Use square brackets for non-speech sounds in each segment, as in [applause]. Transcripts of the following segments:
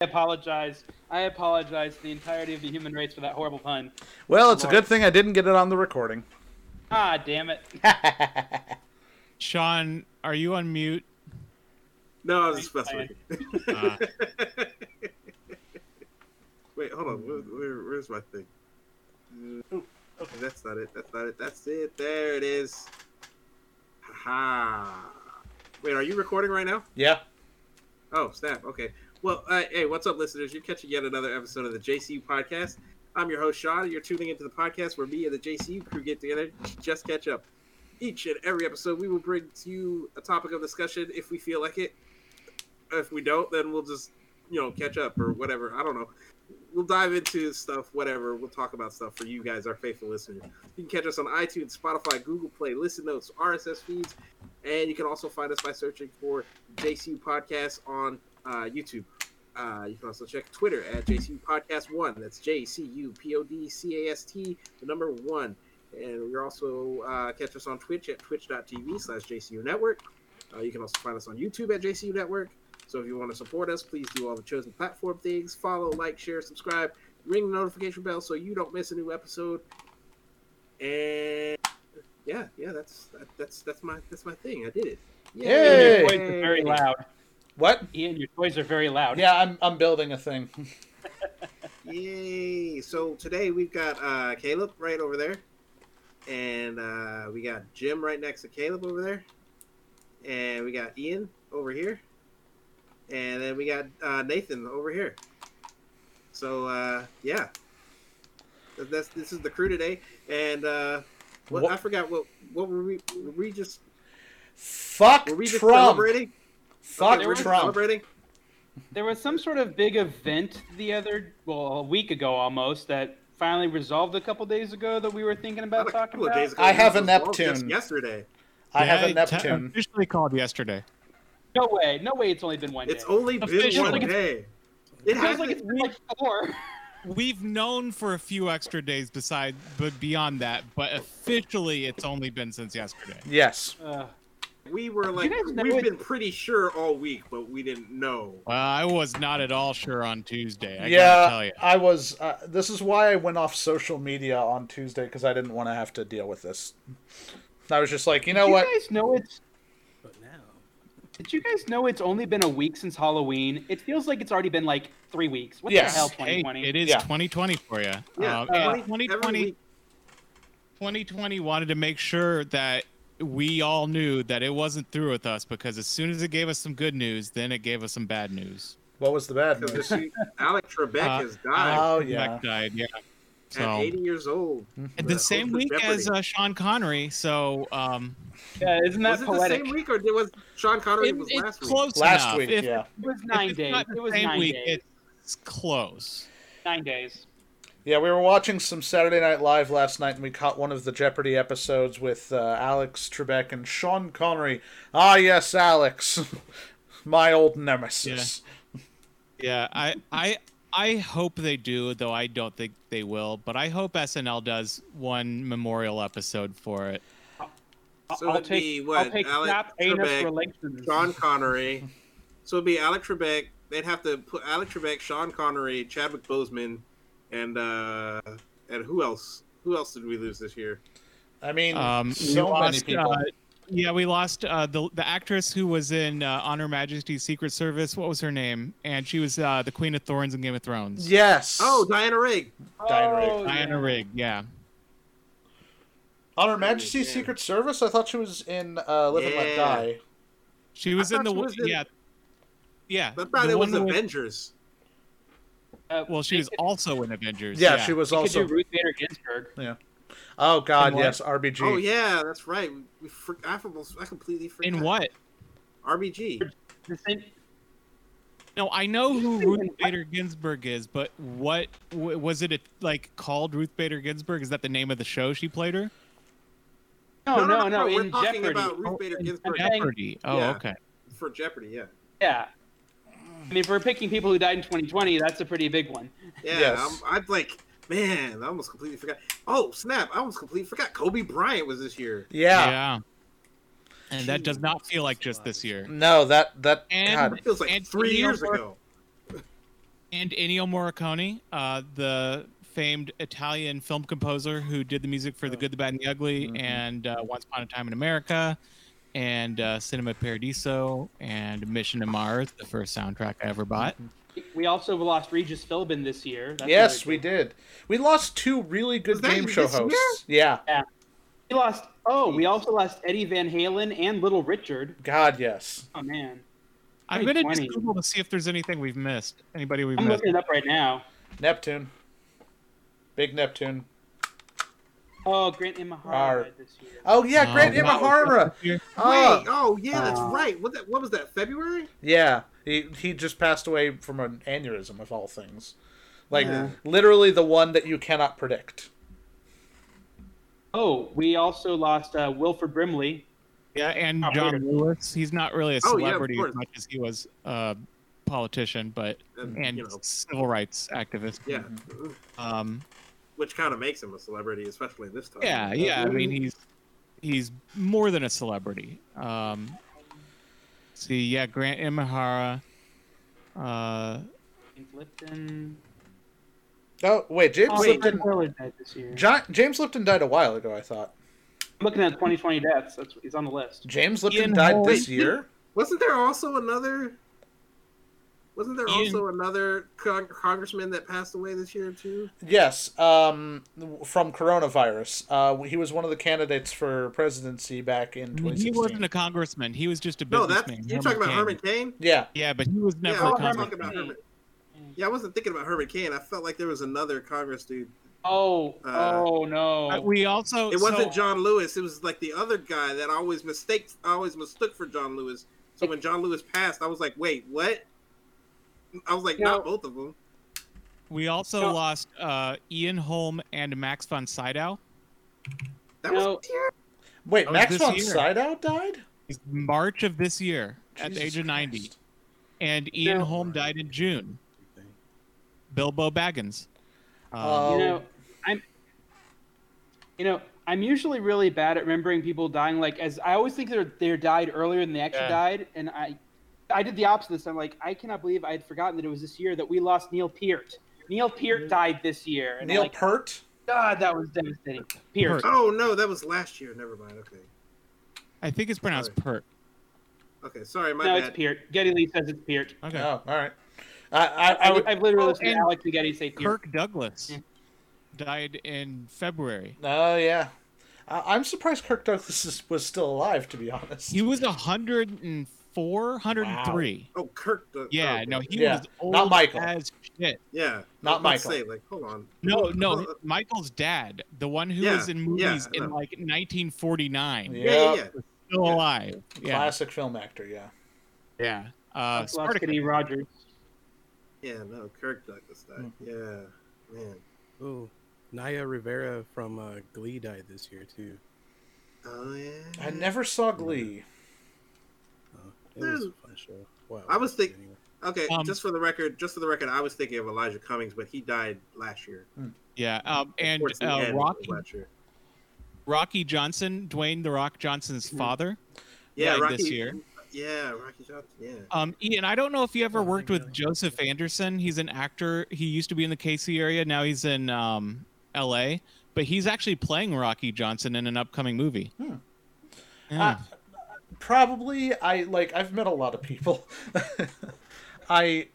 apologize. I apologize to the entirety of the human race for that horrible pun. Well, it's a good thing I didn't get it on the [laughs] recording. Ah, damn it. Sean, are you on mute? No, I was just messing with you. Uh, [laughs] Wait, hold on. Where, where, where's my thing? Uh, oh, okay, that's not it. That's not it. That's it. There it is. Ha. Wait, are you recording right now? Yeah. Oh, snap. Okay. Well, uh, hey, what's up, listeners? You're catching yet another episode of the JCU podcast. I'm your host, Sean. You're tuning into the podcast where me and the JCU crew get together to just catch up. Each and every episode, we will bring to you a topic of discussion if we feel like it. If we don't, then we'll just, you know, catch up or whatever. I don't know. We'll dive into stuff, whatever. We'll talk about stuff for you guys, our faithful listeners. You can catch us on iTunes, Spotify, Google Play, Listen Notes, RSS feeds, and you can also find us by searching for JCU Podcast on uh, YouTube. Uh, you can also check Twitter at JCU Podcast One. That's J C U P O D C A S T, the number one. And we also uh, catch us on Twitch at twitch.tv slash JCU Network. Uh, you can also find us on YouTube at JCU Network. So if you want to support us, please do all the chosen platform things follow, like, share, subscribe, ring the notification bell so you don't miss a new episode. And yeah, yeah, that's that, that's that's my that's my thing. I did it. Hey! Your toys are very loud. What? Ian, your toys are very loud. Yeah, I'm I'm building a thing. Yay! So today we've got uh, Caleb right over there, and uh, we got Jim right next to Caleb over there, and we got Ian over here, and then we got uh, Nathan over here. So uh, yeah, Th- that's this is the crew today, and uh, what, What- I forgot what what were we were we just Fuck were we just Trump. celebrating? Fuck Okay, were we Trump. celebrating? There was some sort of big event the other, well, a week ago almost, that finally resolved a couple days ago that we were thinking Not about a talking couple of about. days ago. I This have a was all just Neptune. Yesterday. I have a yeah, t- Neptune. officially called yesterday. No way. No way it's only been one It's day. only been Official. one Like it's- day. It it feels has like it's been like [laughs] four. We've known for a few extra days beside, but beyond that, but officially it's only been since yesterday. Yes. Uh, we were like guys know we've it- been pretty sure all week, but we didn't know. Uh, I was not at all sure on Tuesday. I gotta tell yeah, you. I was. Uh, this is why I went off social media on Tuesday because I didn't want to have to deal with this. I was just like, you know you what? guys know it's But now, Did you guys know it's only been a week since Halloween? It feels like it's already been like three weeks. What Yes. the hell, Hey, 2020? it is Yeah. 2020 for you. Yeah, um, and 20 every 2020, week. 2020 wanted to make sure that we all knew that it wasn't through with us because as soon as it gave us some good news, then it gave us some bad news. What was the [laughs] bad Because news? this week, Alec Trebek Uh, has died Oh, Beck yeah. died, yeah. at So 80 years old. at the the same host of week as Jeopardy. uh, Sean Connery. So um, Yeah, isn't that was it poetic? the same week or did, was Sean Connery it- was it's last week? close Last enough. week, If- yeah, It was if nine it's days. not the It was same nine week, days. It's close. Nine days. yeah. We were watching some Saturday Night Live last night, and we caught one of the Jeopardy episodes with uh, Alex Trebek and Sean Connery. Ah, yes, Alex, [laughs] my old nemesis. Yeah, I I I hope they do, though I don't think they will. But I hope SNL does one memorial episode for it. I- So I'll it'd take, be what, I'll take Alec snap anus Trebek, relations. Sean Connery. So it'd be Alec Trebek. They'd have to put Alec Trebek, Sean Connery, Chadwick Boseman, and uh, and who else? Who else did we lose this year? I mean, Um, so we many lost, people. uh, yeah, we lost uh, the the actress who was in uh, On Her Majesty's Secret Service. What was her name? And she was uh, the Queen of Thorns in Game of Thrones. yes. Oh, Diana Rigg. Diana Rigg. Oh, yeah. Diana Rigg. Yeah. on Her Majesty's yeah. Secret Service. I thought she was in uh, Live and Let Yeah. Die. She was I in the thought she was in- yeah, yeah. I thought the it was one with- Avengers. Uh, well, she they was could- also in Avengers. Yeah, she was they could also. do Ruth Bader Ginsburg. Oh God, In what? yes, RBG. Oh yeah, that's right. We, we for, I, almost- I completely forgot. in what? RBG. The same, No, I know who She's in Ruth what? Bader Ginsburg is, but what w- was it? A, like called Ruth Bader Ginsburg? Is that the name of the show she played her? no, no, no, We're in talking Jeopardy. about Oh, Ruth Bader in Ginsburg Jeopardy. Jeopardy. Oh, Yeah. okay. for Jeopardy. Yeah. Yeah. I mean, if we're picking people who died in 2020, that's a pretty big one. Yeah, Yes. I'm, I'm like, man, I almost completely forgot. Oh snap! I almost completely forgot. Kobe Bryant was this year. Yeah. And that does not feel like just this year. No, that that And- God. It feels like And three Neil years Bur- ago. and Ennio Morricone, uh, the famed Italian film composer who did the music for The Good, the Bad, and the Ugly, and uh, Once Upon a Time in America, and uh, Cinema Paradiso, and Mission to Mars, the first soundtrack I ever bought. We also lost Regis Philbin this year. That's yes, really we did. We lost two really good Was that game show this year? hosts. Yeah. good. We lost. Oh, we also lost Eddie Van Halen and Little Richard. God, yes. Oh man, I'm gonna just 2020. Google to see if there's anything we've missed. Anybody we've I'm missed? looking it up right now. Neptune. Big Neptune. Oh, Grant Imahara Arr. died this year. Oh yeah, Oh, Grant wow. Imahara. Wait, Oh, oh yeah, that's Uh, right. What that, what was that? February? yeah. He he just passed away from an aneurysm of all things. Like Yeah. literally the one that you cannot predict. Oh, we also lost uh, Wilford Brimley. Yeah, and Oh, John weird. Lewis. He's not really a Oh, yeah, of celebrity course. as much as he was a politician, but And, and Uh, you know, civil rights activist. yeah, Mm-hmm. Um, which kind of makes him a celebrity, especially this time. yeah, yeah. I mean, he's he's more than a celebrity. Um, see, yeah, Grant Imahara. Uh, James Lipton. Oh wait, James Oh, wait, Lipton. Tim Taylor died this year. John, James Lipton died a while ago. I thought I'm looking at 2020 deaths. That's he's on the list. James Lipton Ian died Holmes. this year. Wasn't there also another? Wasn't there Ian- also another con- congressman that passed away this year too? Yes, um, from coronavirus. Uh, he was one of the candidates for presidency back in he 2016. wasn't a congressman. He was just a No, businessman. that's you're talking about Cain. Herman Cain. Yeah, Yeah, but he was never yeah, I a was Herman congressman. talking about Cain. Herman. Yeah, I wasn't thinking about Herman Cain. I felt like there was another Congress dude. Oh, Uh, oh But no. we also It Oh, so- wasn't John Lewis. It was like the other guy that I always mistakes. I always mistook for John Lewis. So when John Lewis passed, I was like, wait, what? I was like, not both of them. We also No. lost uh, Ian Holm and Max von Sydow. That No. was terrible. Wait, That was Max Oh, this von year. Sydow died It's March of this year at the Jesus age of 90. Christ. And Ian No. Holm died in June. Bilbo Baggins. Um, Uh, You know, I'm. You know, I'm usually really bad at remembering people dying. Like, as I always think they're they died earlier than they actually Yeah. died, and I, I did the opposite this time. Like, I cannot believe I had forgotten that it was this year that we lost Neil Peart. Neil Mm-hmm. Peart died this year, and I'm Neil like, Peart. God, that was devastating. Peart. Peart. Oh no, that was last year. Never mind. Okay. I think it's pronounced Pert. Okay. Sorry, my No, bad. it's Peart. Getty Lee says it's Peart. Okay. Oh, all right. I, I, I would. I, have literally Oh, listened to and Alex and Getty say Peart. Kirk Douglas Yeah. died in February. Oh yeah, I, I'm surprised Kirk Douglas is, was still alive. To be honest. He was 104, 103. Oh, Kirk. The, Yeah, oh, no, he Yeah. was old Not Michael. as shit. Yeah. Not I was about to Michael. Say, like, hold on. No, Uh, no, Michael's dad, the one who Yeah, was in movies yeah, in no. like 1949, Yeah. Yeah, yeah, yeah. still yeah. alive. Yeah, Classic film actor. Yeah. yeah. Uh, lost Spartacus. Kenny Rogers. Yeah, no, Kirk Douglas died. Hmm. Yeah, man. Ooh, Naya Rivera from uh, Glee died this year too. Oh yeah. Mm-hmm. I never saw Glee. Uh, it was a Dude. fun show. Well, I was think- anyway. Okay, Um, just for the record, just for the record, I was thinking of Elijah Cummings, but he died last year. Yeah, um, and Towards the uh, end of Rocky Last year. Rocky Johnson, Dwayne the Rock Johnson's father, Yeah, died Rocky. this year. Yeah, Rocky Johnson. Yeah. Um, Ian, I don't know if you ever Oh, worked with really? Joseph Anderson. He's an actor. He used to be in the KC area. Now he's in um, L.A. But he's actually playing Rocky Johnson in an upcoming movie. Hmm. Yeah. Uh, probably I like I've met a lot of people. [laughs] I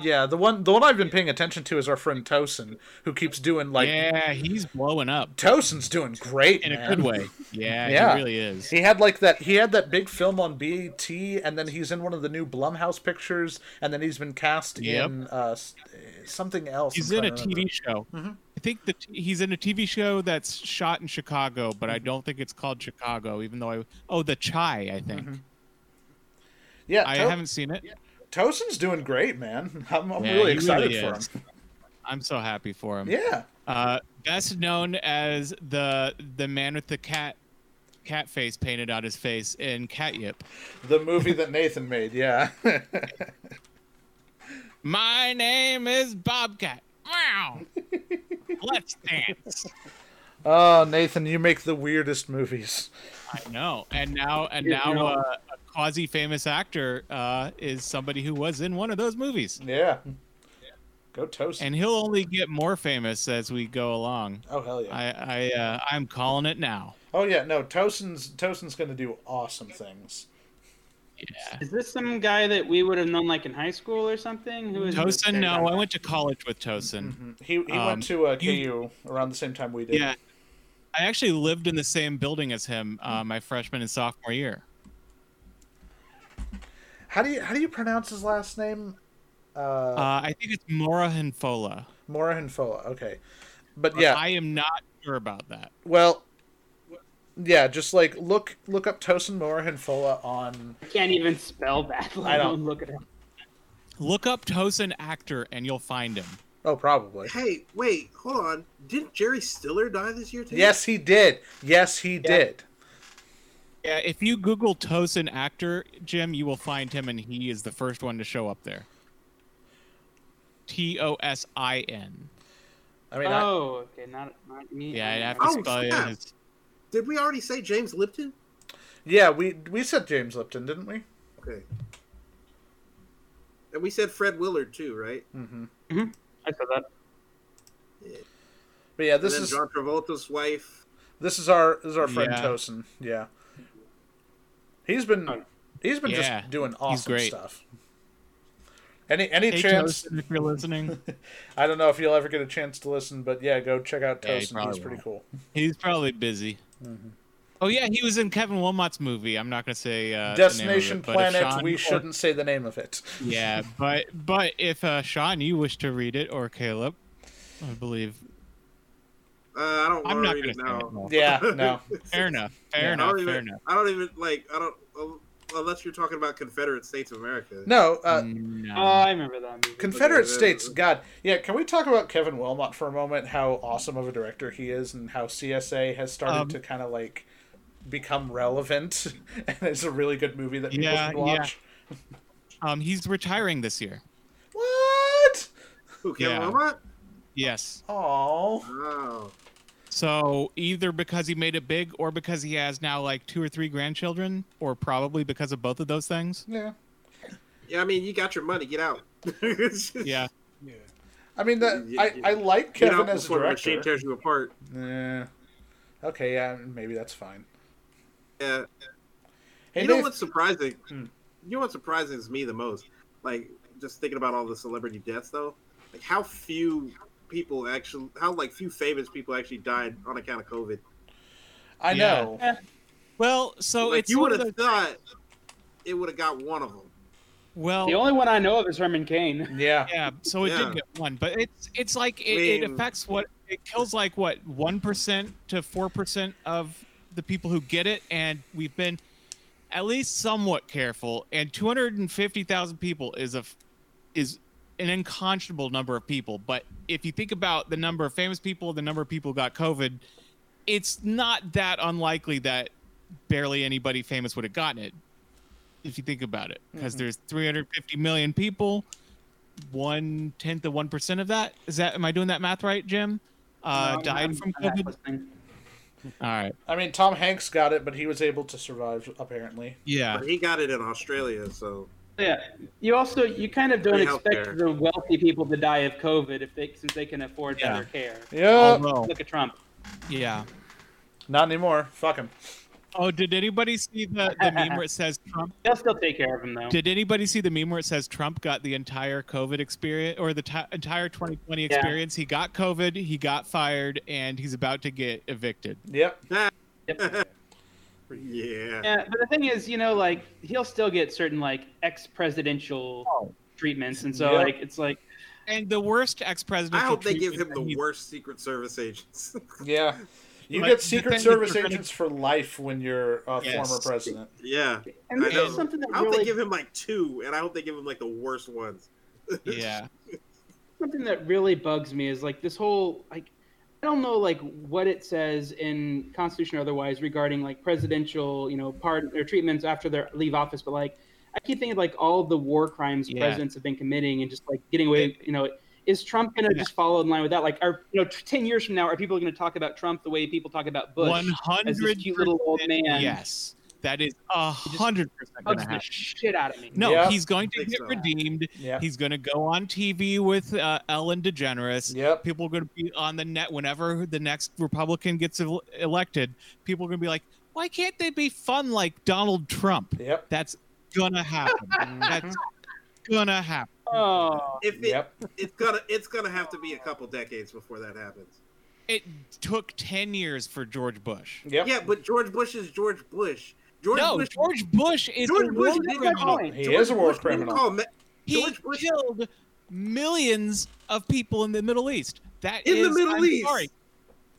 yeah, the one the one I've been paying attention to is our friend Tosin, who keeps doing like yeah, he's blowing up Tosin's doing great in a man. [laughs] good way. Yeah, Yeah. he really is. He had like that he had that big film on BET and then he's in one of the new Blumhouse pictures and then he's been cast Yep. in uh s- something else. He's I'm in a trying to remember. TV show. Mhm. I think that he's in a TV show that's shot in Chicago, but Mm-hmm. I don't think it's called Chicago. Even though I oh, the Chai, I think Mhm. Yeah, I To- haven't seen it. Tosin's doing great, man. [laughs] I'm, I'm Yeah, really he excited really for is. him. I'm so happy for him. Yeah. Uh, best known as the the man with the cat cat face painted on his face in Catyp. The movie that Nathan made, yeah. [laughs] My name is Bobcat. [laughs] Wow. Let's dance. Oh, Nathan, you make the weirdest movies. I know. And now and Yeah, now no. uh, a quasi famous actor uh, is somebody who was in one of those movies. Yeah. Go toast. and he'll only get more famous as we go along. oh hell yeah. I, I, uh, I'm calling it now. oh yeah. No, Tosin's Tosin's gonna do awesome things. Yeah. Is this some guy that we would have known like in high school or something? Who is this Tosin, guy? no, I went to college with Tosin. hmm He he Um, went to uh, KU you- around the same time we did. Yeah. I actually lived in the same building as him uh, my freshman and sophomore year. How do you how do you pronounce his last name? Uh, Uh, I think it's Mora Hinfola. Morahinfola. Okay, but yeah, I am not sure about that. well, yeah, just like look look up Tosin Morahinfola on. I can't even spell that. [laughs] Let I don't- alone look at him. Look up Tosin actor and you'll find him. Oh, probably. Hey, wait, hold on. Didn't Jerry Stiller die this year too? Yes, he did. Yes, he did. Yeah, if you Google Tosin actor, Jim, you will find him, and he is the first one to show up there. T O S I N. I mean, I, Oh, okay, not not me. Yeah, I'd have Oh, to spell it. snap. It's- Did we already say James Lipton? yeah, we we said James Lipton, didn't we? Okay. And we said Fred Willard too, right? hmm I said that. But yeah, And this then is John Travolta's wife. this is our this is our friend Yeah. Tosin. Yeah, he's been Oh. he's been Yeah, just doing awesome great. stuff. Any any Hey, chance? Tosin, if [laughs] you're listening, I don't know if you'll ever get a chance to listen, but yeah, go check out Yeah, you Tosin. probably he's pretty won't. cool. he's probably busy. Mm-hmm. Oh yeah, he was in Kevin Wilmot's movie. I'm not gonna say uh, the name of Destination it, but if Planet. Sean we or- shouldn't say the name of [laughs] it. Yeah, but but if uh, Sean, you wish to read it, or Caleb, I believe. Uh, I don't I'm want to not gonna read it say now. it. no. Yeah, no. [laughs] Fair enough. Fair Yeah, I enough. don't Fair even. enough. I don't even like. I don't. oh, Unless you're talking about Confederate States of America. No, uh, No. Oh, I remember that movie. Confederate Okay, there- States. God, yeah. Can we talk about Kevin Wilmot for a moment? How awesome of a director he is, and how CSA has started Um, to kind of like become relevant, [laughs] and it's a really good movie that people Yeah, should watch. um, he's retiring this year. What? Who Kevin Yeah. Wilmot? Yes. Oh, Wow. So either because he made it big or because he has now like two or three grandchildren, or probably because of both of those things. yeah. Yeah, I mean, you got your money. Get out. [laughs] Yeah. Yeah. [laughs] I mean, that Yeah, I, yeah. I like Get Kevin out as a before the machine director. tears you apart. Yeah. Okay, yeah, maybe that's fine. Yeah. Hey, you know Nathan- what's surprising? Hmm. You know what surprises me the most? Like just thinking about all the celebrity deaths, though. Like how few people actually, how like few famous people actually died on account of COVID. I Yeah. know. Well, so like, it's you sort would of have the- thought it would have got one of them. well, The only one I know of is Herman Cain. Yeah. yeah. So it Yeah. did get one, but it's it's like it, it mean- affects what it kills like what one percent to four percent of the people who get it, and we've been at least somewhat careful. And two hundred and fifty thousand people is a f- is an unconscionable number of people. But if you think about the number of famous people, the number of people who got COVID, it's not that unlikely that barely anybody famous would have gotten it. If you think about it, Mm-hmm. because there's 350 million people, one tenth of one percent of that is that. Am I doing that math right, Jim? Uh, No, I'm- died I'm- [laughs] from I'm not COVID. listening. All right. I mean, Tom Hanks got it, but he was able to survive, apparently. Yeah. But he got it in Australia, so Yeah, you also you kind of don't Free expect healthcare. the wealthy people to die of COVID if they since they can afford Yeah. Oh. better care. Yeah. Although- Look at Trump. yeah. Not anymore. Fuck him. Oh, did anybody see the, the meme where it says Trump? They'll still take care of him though. Did anybody see the meme where it says Trump got the entire COVID experience or the ti entire 2020 Yeah. experience? He got COVID, he got fired, and he's about to get evicted. Yep. yeah. Yeah, but the thing is, you know, like he'll still get certain like ex-presidential Oh. treatments, and so Yeah. like it's like And the worst ex I president. hope they give him the worst Secret Service agents. [laughs] Yeah. You Like, get the Secret thing Service that you're gonna- agents for life when you're a Yes. former president. yeah. and I this know. is something that I hope really they give him like two, and I hope they give him like the worst ones. Yeah. something that really bugs me is like this whole like I don't know like what it says in Constitution or otherwise regarding like presidential you know pardon or treatments after they leave office, but like I keep thinking like all the war crimes Yeah. presidents have been committing and just like getting away. You know, is Trump gonna Yeah. just follow in line with that? Like, are you know t- ten years from now are people gonna talk about Trump the way people talk about Bush? One as this hundred cute little old man. Yes. That is a hundred percent gonna Hugs the happen. shit out of me. No, Yeah. he's going to Think get so. redeemed. Yeah. He's going to go on TV with uh, Ellen DeGeneres. Yep. People are going to be on the net whenever the next Republican gets el- elected. People are going to be like, "Why can't they be fun like Donald Trump?" Yep. That's [laughs] gonna happen. That's gonna happen. Oh, If it, Yep. it's gonna it's gonna have to be a couple decades before that happens. It took ten years for George Bush. Yep. Yeah, but George Bush is George Bush. George no, Bush. George Bush is George a Bush war didn't good criminal. point. He George is a war Bush didn't criminal. call Ma- He George Bush- killed millions of people in the Middle East. That In the is- Middle I'm East. Sorry.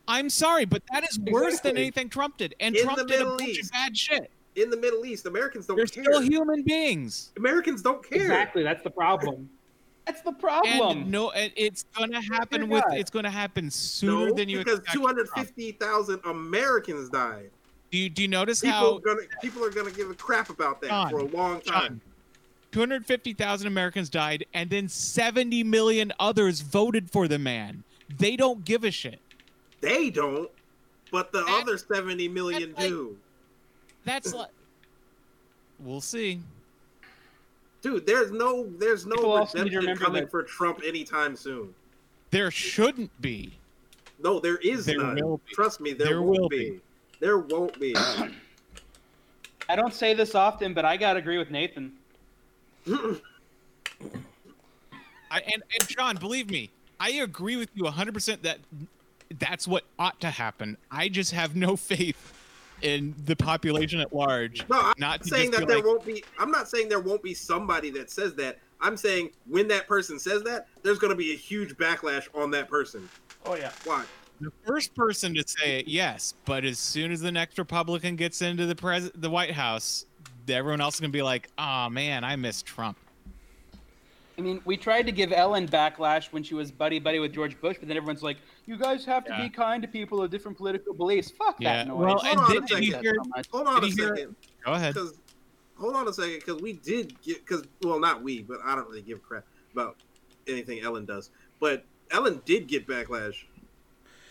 I'm sorry, but that is worse than Exactly. anything Trump did. And In Trump the did a Middle bunch East. of bad shit. in the Middle East. Americans don't They're care. still human beings. Americans don't care. exactly. That's the problem. That's the And problem. no, and it's gonna happen Dear with. God. It's gonna happen sooner No, than you because expect. two hundred Trump. fifty thousand Americans died. Do you, do you notice People how gonna people are gonna give a crap about that John, for a long John, time. 250,000 Americans died, and then 70 million others voted for the man. They don't give a shit. They don't, but the That- other seventy million that's like- do. That's like. We'll see. Dude, there's no there's People no also need to redemption remember coming that- for Trump anytime soon. There shouldn't be. No, there is There none. will be. Trust me, there, There won't will be. be. There won't [clears throat] be. I don't say this often, but I gotta agree with Nathan. I, and, and John, believe me, I agree with you 100% that that's what ought to happen. I just have no faith in the population at large. No, I'm not to saying just that be there like, won't be. I'm not saying there won't be somebody that says that. I'm saying when that person says that, there's going to be a huge backlash on that person. Oh yeah. Why? the first person to say it, yes, but as soon as the next Republican gets into the pres- the White House, everyone else is gonna be like, "Oh man, I miss Trump." I mean, we tried to give Ellen backlash when she was buddy buddy with George Bush, but then everyone's like, "You guys have to Yeah. be kind to people of different political beliefs." Fuck Yeah. that noise. Well, Hold and on a then did you second. hear? So much. Hold on Did a you hear- second, Go ahead. because hold on a second, because we did get because well, not we, but I don't really give a crap about anything Ellen does. But Ellen did get backlash.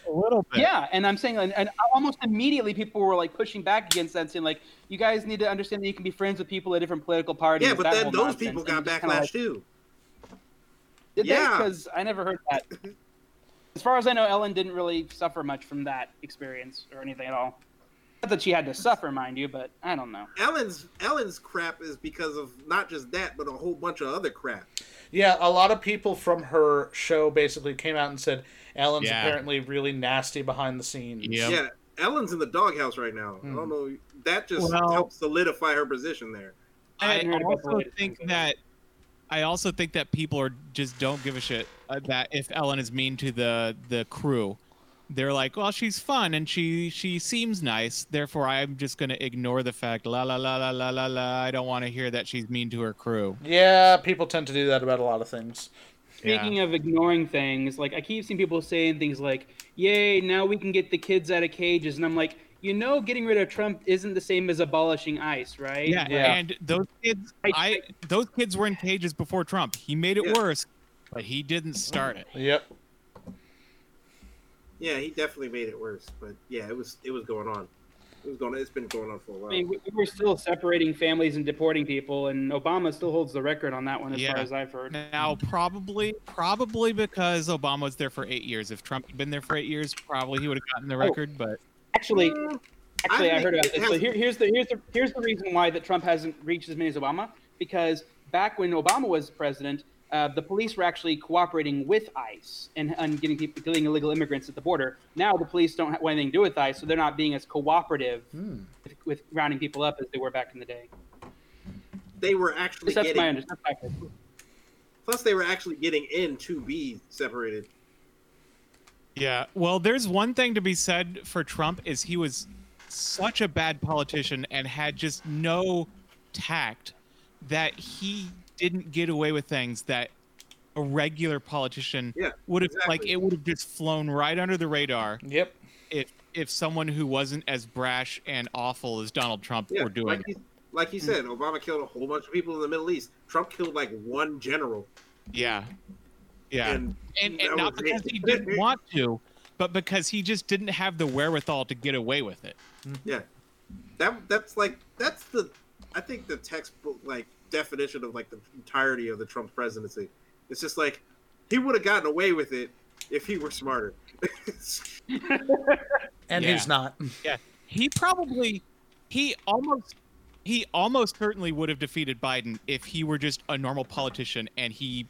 A little bit. Yeah, and I'm saying, and, and almost immediately people were like pushing back against that, saying like, "You guys need to understand that you can be friends with people at different political parties." Yeah, but that then whole those nonsense. people And got just kinda backlash like, too. Did Yeah. Because I never heard [laughs] that. As far as I know, Ellen didn't really suffer much from that experience or anything at all. Not that she had to suffer, mind you, but I don't know. Ellen's Ellen's crap is because of not just that, but a whole bunch of other crap. Yeah, a lot of people from her show basically came out and said Ellen's Yeah. apparently really nasty behind the scenes. Yeah. Yeah, Ellen's in the doghouse right now. I Hmm. don't know. That just Well- helps solidify her position there. I I, hadn't heard about the also latest think thing. that I also think that people are just don't give a shit uh, that if Ellen is mean to the the crew, they're like, well, she's fun and she she seems nice, therefore I'm just gonna ignore the fact la la la la la la la. I don't want to hear that she's mean to her crew. Yeah, people tend to do that about a lot of things. Speaking of ignoring things, like I keep seeing people saying things like, "Yay, now we can get the kids out of cages," and I'm like, you know, getting rid of Trump isn't the same as abolishing ICE, right? Yeah, Yeah. and those kids, I- I those kids were in cages before Trump. He made it Yeah. worse, but he didn't start it. Yep. Yeah, he definitely made it worse. But yeah, it was it was going on. It was going. It's been going on for a while. I mean, we- we're still separating families and deporting people, and Obama still holds the record on that one, as Yeah. far as I've heard. Now, probably, probably because Obama was there for eight years. If Trump had been there for eight years, probably he would have gotten the Oh. record. But Actually, Mm, Actually, I I, think heard about it this. So has- here, here's the here's the here's the reason why that Trump hasn't reached as many as Obama. Because back when Obama was president, uh, the police were actually cooperating with ICE and, and getting people killing illegal immigrants at the border. Now the police don't have anything to do with ICE, so they're not being as cooperative Hmm. with, with rounding people up as they were back in the day. they were actually That's my getting. under- that's my understanding. Plus, they were actually getting in to be separated. yeah, well, there's one thing to be said for Trump is he was such a bad politician and had just no tact that he didn't get away with things that a regular politician Yeah, would have like exactly. it would have just flown right under the radar Yep. if if someone who wasn't as brash and awful as Donald Trump Yeah, were doing Hmm. like he, like he said, Obama killed a whole bunch of people in the Middle East. Trump killed like one general. Yeah. Yeah. And, And and, that not was because it. [laughs] he didn't want to, but because he just didn't have the wherewithal to get away with it. Yeah, that that's like that's the I think the textbook like definition of like the entirety of the Trump presidency. It's just like he would have gotten away with it if he were smarter. [laughs] and Yeah. he's not. He probably, he almost, he almost certainly would have defeated Biden if he were just a normal politician and he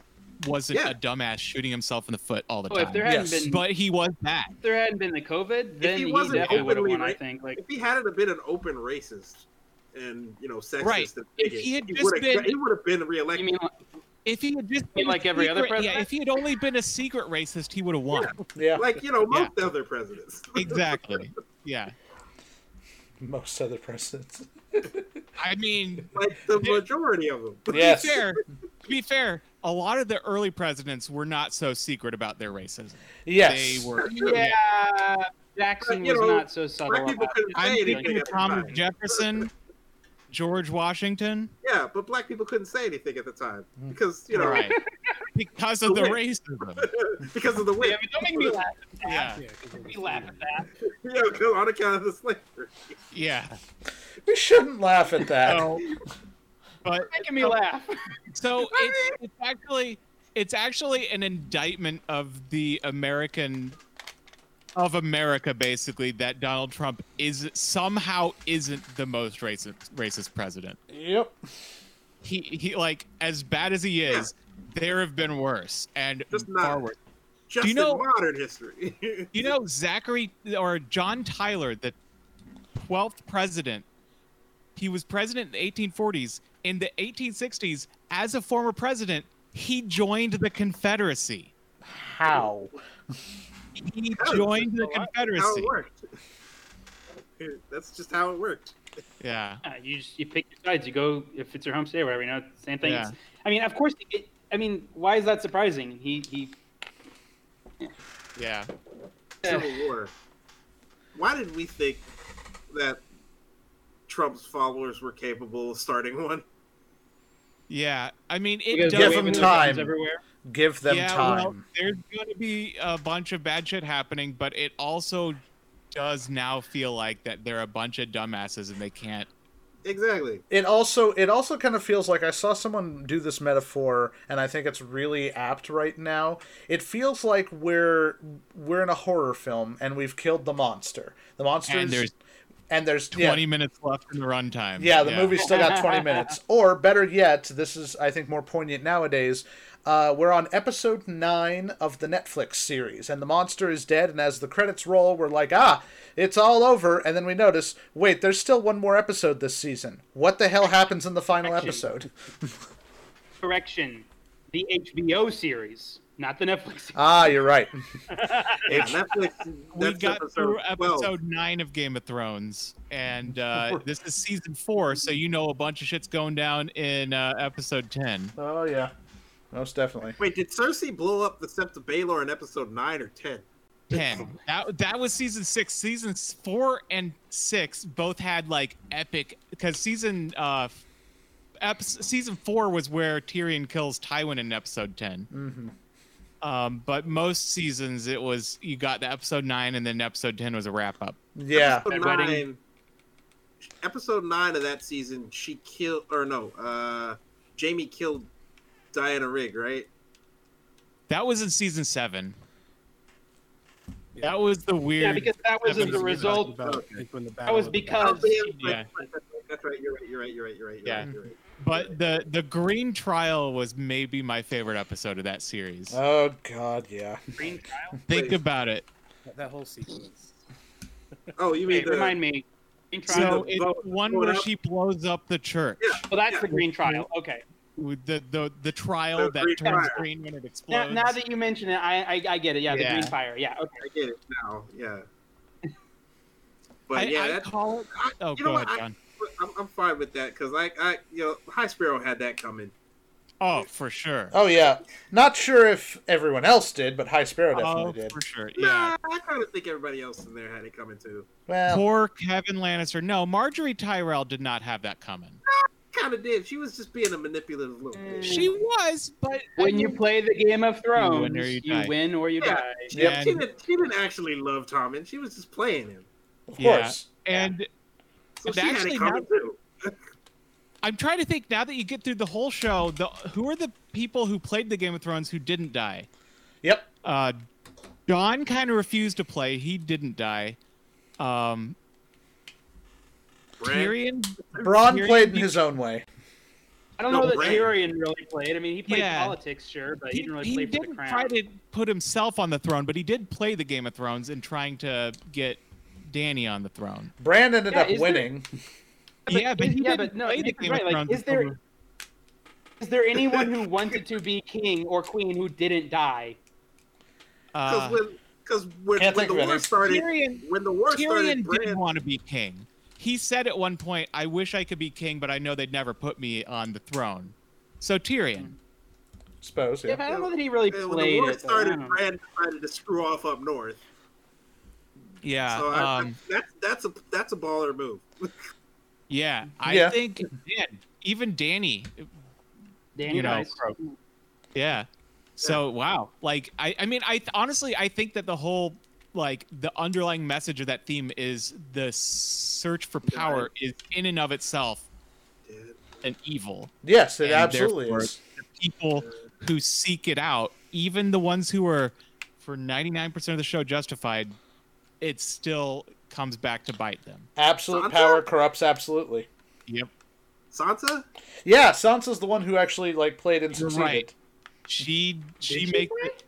wasn't Yeah. a dumbass shooting himself in the foot all the Oh, time. if there hadn't Yes. been but he was that. if there hadn't been the COVID, then he he, wasn't definitely would have openly won. I ra- think. Like if he hadn't been an open racist and you know sexist Right. and If bigot, he had just would have been- he would have been you reelected. [laughs] mean, like, If he had just mean been like a every other secret- president? yeah, if he had only been a secret racist, he would have won. Yeah, like you know most other presidents. [laughs] Exactly. Yeah. most other presidents. I mean, like the Yeah. majority of them. Yes. to be fair, to be fair, a lot of the early presidents were not so secret about their racism. Yes. They were. yeah, Jackson But, you was know, not so subtle. Black people About it. couldn't I'm say anything thinking at of the Thomas time. Jefferson, George Washington. Yeah, but black people couldn't say anything at the time Mm. because you know Right. Because of the The racism. [laughs] because of the Yeah, whip. but don't make me laugh. Yeah. Yeah, 'cause it Don't was make me laugh at that. Yeah, 'cause on account of the slavery. Yeah. We shouldn't laugh at that. [laughs] So, but Making me [laughs] laugh. [laughs] so it's, it's actually it's actually an indictment of the American of America basically that Donald Trump is somehow isn't the most racist racist president. Yep. he he like as bad as he [laughs] is, there have been worse and Just not. far worse. Just you know- in modern history. [laughs] You know, Zachary or John Tyler, the twelfth president, he was president in the eighteen forties. In the eighteen sixties, as a former president, he joined the Confederacy. How? He Oh, joined the how it Confederacy. worked. [laughs] That's just how it worked. Yeah. Uh, you just you pick your sides. You go if it's your home state, or whatever. You know, it's the same thing. Yeah. It's- I mean, of course. It, I mean, why is that surprising? He he. Yeah. Yeah. Civil War. Why did we think that Trump's followers were capable of starting one? Yeah. I mean it Because Give does they're him waving their time. guns Everywhere. Give them yeah, time. Well, there's going to be a bunch of bad shit happening, but it also does now feel like that they're a bunch of dumbasses and they can't. Exactly. It also it also kind of feels like I saw someone do this metaphor and I think it's really apt right now. It feels like we're we're in a horror film and we've killed the monster. The monster And there's and there's yeah. 20 minutes left in the runtime. Yeah, the movie's still got 20 minutes. Or better yet, this is I think more poignant nowadays. Uh, we're on episode nine of the Netflix series, and the monster is dead. And as the credits roll, we're like, ah, it's all over. And then we notice, wait, there's still one more episode this season. What the hell happens in the final Action. episode? Correction, the HBO series, not the Netflix. [laughs] Series. Ah, you're right. Yeah, Netflix. We that's got through episode 12. nine of Game of Thrones, and uh, this is season four, so you know a bunch of shit's going down in uh, episode 10. Oh yeah, most definitely. Wait, did Cersei blow up the Sept of Baelor in episode nine or ten? 10. That, that was season six. Seasons four and six both had like epic, because season. Uh, Episode, season four was where Tyrion kills Tywin in episode 10. hmm Um, but most seasons, it was you got the episode nine, and then episode 10 was a wrap up. Yeah, Episode Red Wedding. nine. Episode nine of that season, she killed, or no, uh, Jamie killed Diana Rigg, right? That was in season seven. Yeah. That was the weird. Yeah, because that was That as a was- result. About, Okay. like, when the That Battle was of the because. Oh, damn, Yeah. right, right, right, That's right. You're right. You're right. You're right. You're right. You're Yeah. right. You're right. but the the green trial was maybe my favorite episode of that series. Oh god, yeah. Green Trial. Think please. about it. Battle- that whole sequence. [laughs] Oh, you mean Wait, the, remind me. Green Trial. So to it's vote- one vote where out? she blows up the church. well, that's the Green Trial. Okay. With The, the the trial The that green turns fire. green when it Now, explodes. now that you mention it, I I, I get it. Yeah, Yeah. the Green Fire. Yeah. Okay. I get it now. Yeah. [laughs] But I, yeah, I that, call it. I- Oh, you know go what, ahead, I- John. I'm, I'm fine with that because I, I, you know, High Sparrow had that coming. Oh, for sure. Oh yeah. Not sure if everyone else did, but High Sparrow definitely Oh, did. for sure. Nah, Yeah. I kind of think everybody else in there had it coming too. Well, Poor Kevin Lannister. No, Marjorie Tyrell did not have that coming. Kind of did. She was just being a manipulative little bitch. She was, but When you play the Game of Thrones, you win win or or you you, die. Yeah. die. she, and, didn't, she didn't actually love Tommen. She was just playing him. of yeah. course. and So And she had actually it coming now- too. I'm trying to think now that you get through the whole show, the who are the people who played the Game of Thrones who didn't die? Yep. Uh John kind of refused to play. He didn't die. Um Brad, Tyrion Braun Tyrion played in did- his own way. I don't No, know that Bran. Tyrion really played. I mean, he played Yeah. politics, sure, but he, he, didn't really he play for the didn't crown. try to put himself on the throne, but he did play the Game of Thrones in trying to get Danny on the throne. Bran ended Yeah, up is there- winning. yeah, but is- he yeah, didn't but no, play the Nick's Game right, of like, Thrones. is there- until- Is there anyone who wanted to be king or queen who didn't die? uh, Because when, cause when, Can't when think the of war any. started, Tyrion, when the war started, Tyrion didn't Bran, want to be king. He said at one point, "I wish I could be king, but I know they'd never put me on the throne." So Tyrion, Suppose. Yeah, Yeah. but I don't know that he really when the played. war it, though. I don't started, know. Bran decided to screw off up north. yeah, so I, um, that's that's a that's a baller move. yeah, I Yeah. think man, even Danny, Danny you know, dies. yeah. So wow, like I, I mean, I th- honestly, I think that the whole like the underlying message of that theme is the search for power is in and of itself Dude, an evil. Yes, it And absolutely therefore- is. people who seek it out, even the ones who are for 99% of the show justified, it still comes back to bite them. Absolute Sansa? power corrupts absolutely. Yep. Sansa? Yeah, Sansa's the one who actually like played and You're succeeded. right. She she she makes it,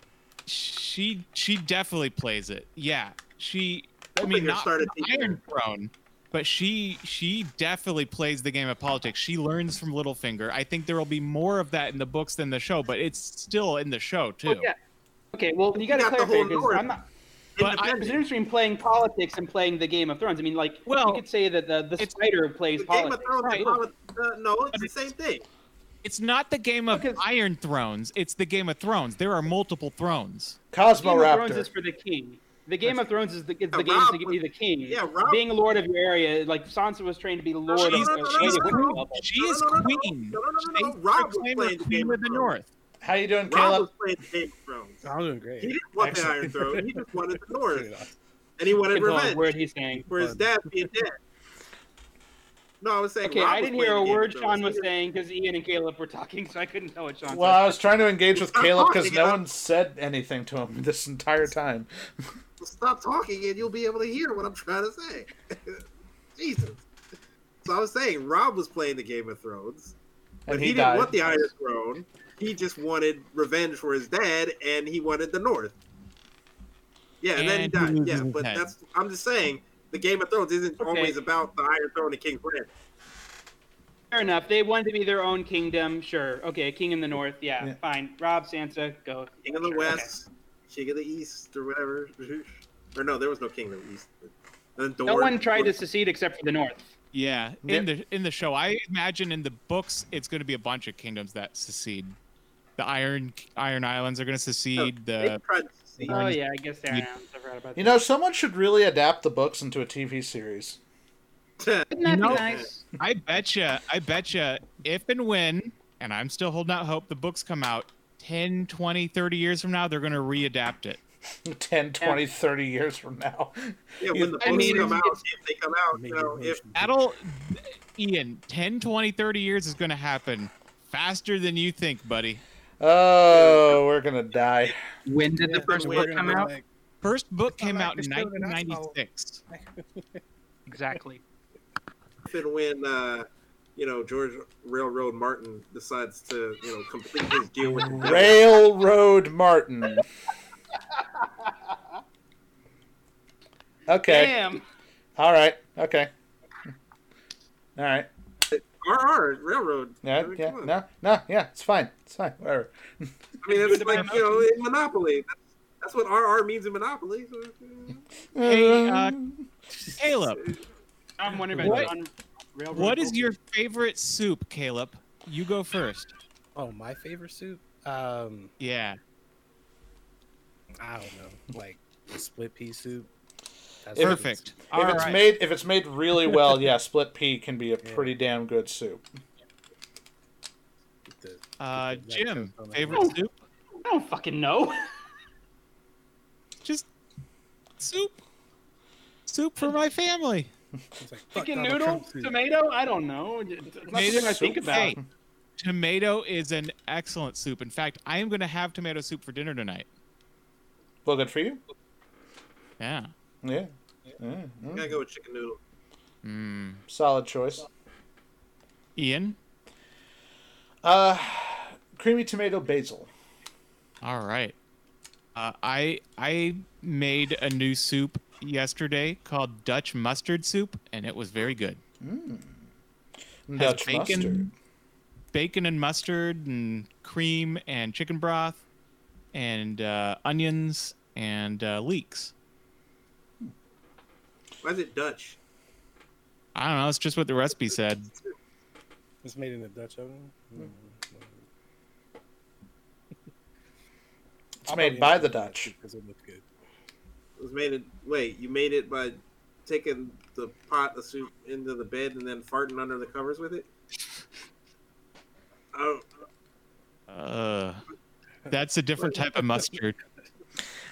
she she definitely plays it. Yeah. She I That mean figure not started from the teaching Iron Throne, but she she definitely plays the game of politics. She learns from Littlefinger. I think there will be more of that in the books than the show, but it's still in the show too. Well, Oh, yeah. Okay, well, you got to got the clarify whole because north. I'm not. But I- There's a difference between playing politics and playing the Game of Thrones. I mean, like, Well, you could say that the, the it's- spider plays The Game of politics. Thrones, right. and Polit- uh, no, it's the same thing. It's not the game of Because- Iron Thrones. It's the Game of Thrones. There are multiple thrones. Game of Thrones Cosmoraptor. is for the king. The Game of Thrones is the, is the Yeah, game Rob to was- be the king. yeah, Rob- Being lord of your area, like Sansa was trained to be lord no, of no, of no, Lady no, no, Winterfell. She No, is no, no, no, no. queen. No, no, no, no, no. They Rob was proclaim her playing the queen Game of of the Thrones. North. How you doing, Rob Caleb? was playing the Game of Thrones. Oh, I'm doing He great. didn't want the Excellent. [laughs] Iron Throne. He just [laughs] wanted the Pretty North, awesome. and he wanted Can't tell a revenge word he's saying. for his dad being dead. No, I was saying. Okay, Rob I was didn't hear a playing the Game of word Thrones. Sean was saying because Ian and Caleb were talking, so I couldn't tell what Sean Well, I was trying to engage with Stop Caleb because talking, no huh? one said anything to him [laughs] this entire time. stop talking and you'll be able to hear what I'm trying to say. [laughs] Jesus. So I was saying Rob was playing the Game of Thrones, but And he, he, didn't died. want the Iron Throne. He just wanted revenge for his dad, and he wanted the North. Yeah, and, then he And he died. loses Yeah, his but head. that's I'm just saying the Game of Thrones isn't Okay. always about the Iron Throne and King's Landing. said. Fair enough. They wanted to be their own kingdom, sure. Okay, a king in the north, yeah, Yeah. fine. Rob, Sansa, go. King of the Sure, West, King of the East, or whatever. or no, there was no King of the East. Then okay. No Dorne- one tried to secede except for the north. Yeah, Yeah. in the in the show, I imagine in the books, it's going to be a bunch of kingdoms that secede. The Iron Iron Islands are going to secede. They The tried to see. Oh, yeah, I guess they are. You- now. I forgot about You that. know, someone should really adapt the books into a TV series. [laughs] [laughs] Wouldn't that you know- be nice? I betcha, I betcha, if and when, and I'm still holding out hope, the books come out 10, 20, 30 years from now, they're going to readapt it. 10, 20, 30 years from now. [laughs] Yeah, when the I books mean, come out, it's- if they come out, you Major know, if promotion. That'll, Ian, 10, 20, 30 years is going to happen faster than you think, buddy. Oh, we're going to die. When did Yeah, the first we're book gonna come go out? back. First book It's not came like out in the show that I follow. 1996. Exactly. and when uh, you know George Railroad Martin decides to you know complete his deal with the devil, Railroad Martin. Okay. Damn. All right. Okay. All right. RR Railroad. I Yeah. mean, Yeah. come on. No. No. Yeah. It's fine. It's fine. Whatever. I mean, it's like you know in Monopoly. That's, that's what RR means in Monopoly. So, uh, Hey, uh, Caleb, I'm wondering about What- that on Railroad what is Gold. your favorite soup, Caleb? You go first. Oh, my favorite soup? Um, Yeah. I don't know, like split pea soup. That's If- Perfect. if All it's right. made if it's made really well, [laughs] yeah, split pea can be a Yeah. pretty damn good soup. good. The- uh, Jim, Oh. favorite soup? I don't fucking know. [laughs] Just soup. Soup for my family. It's like, fuck, Chicken Donald noodle, Trump's suit. tomato. I don't know. It's not something I think soup? about. Hey, tomato is an excellent soup. In fact, I am going to have tomato soup for dinner tonight. Well, good for you. Yeah. Yeah. yeah. mm. Gotta go with chicken noodle. Mm. Solid choice. Ian. Uh, creamy tomato basil. All right. Uh, I I made a new soup yesterday called Dutch mustard soup, and it was very good. Has Dutch mustard. bacon and mustard, and cream and chicken broth, and uh, onions and uh, leeks. Why is it Dutch? I don't know. It's just what the recipe said. It's made in the Dutch oven. Mm. It's made by the Dutch. Because it looked good. It was made in. Wait, you made it by taking the pot of soup into the bed and then farting under the covers with it? I don't. Uh, that's a different type of mustard.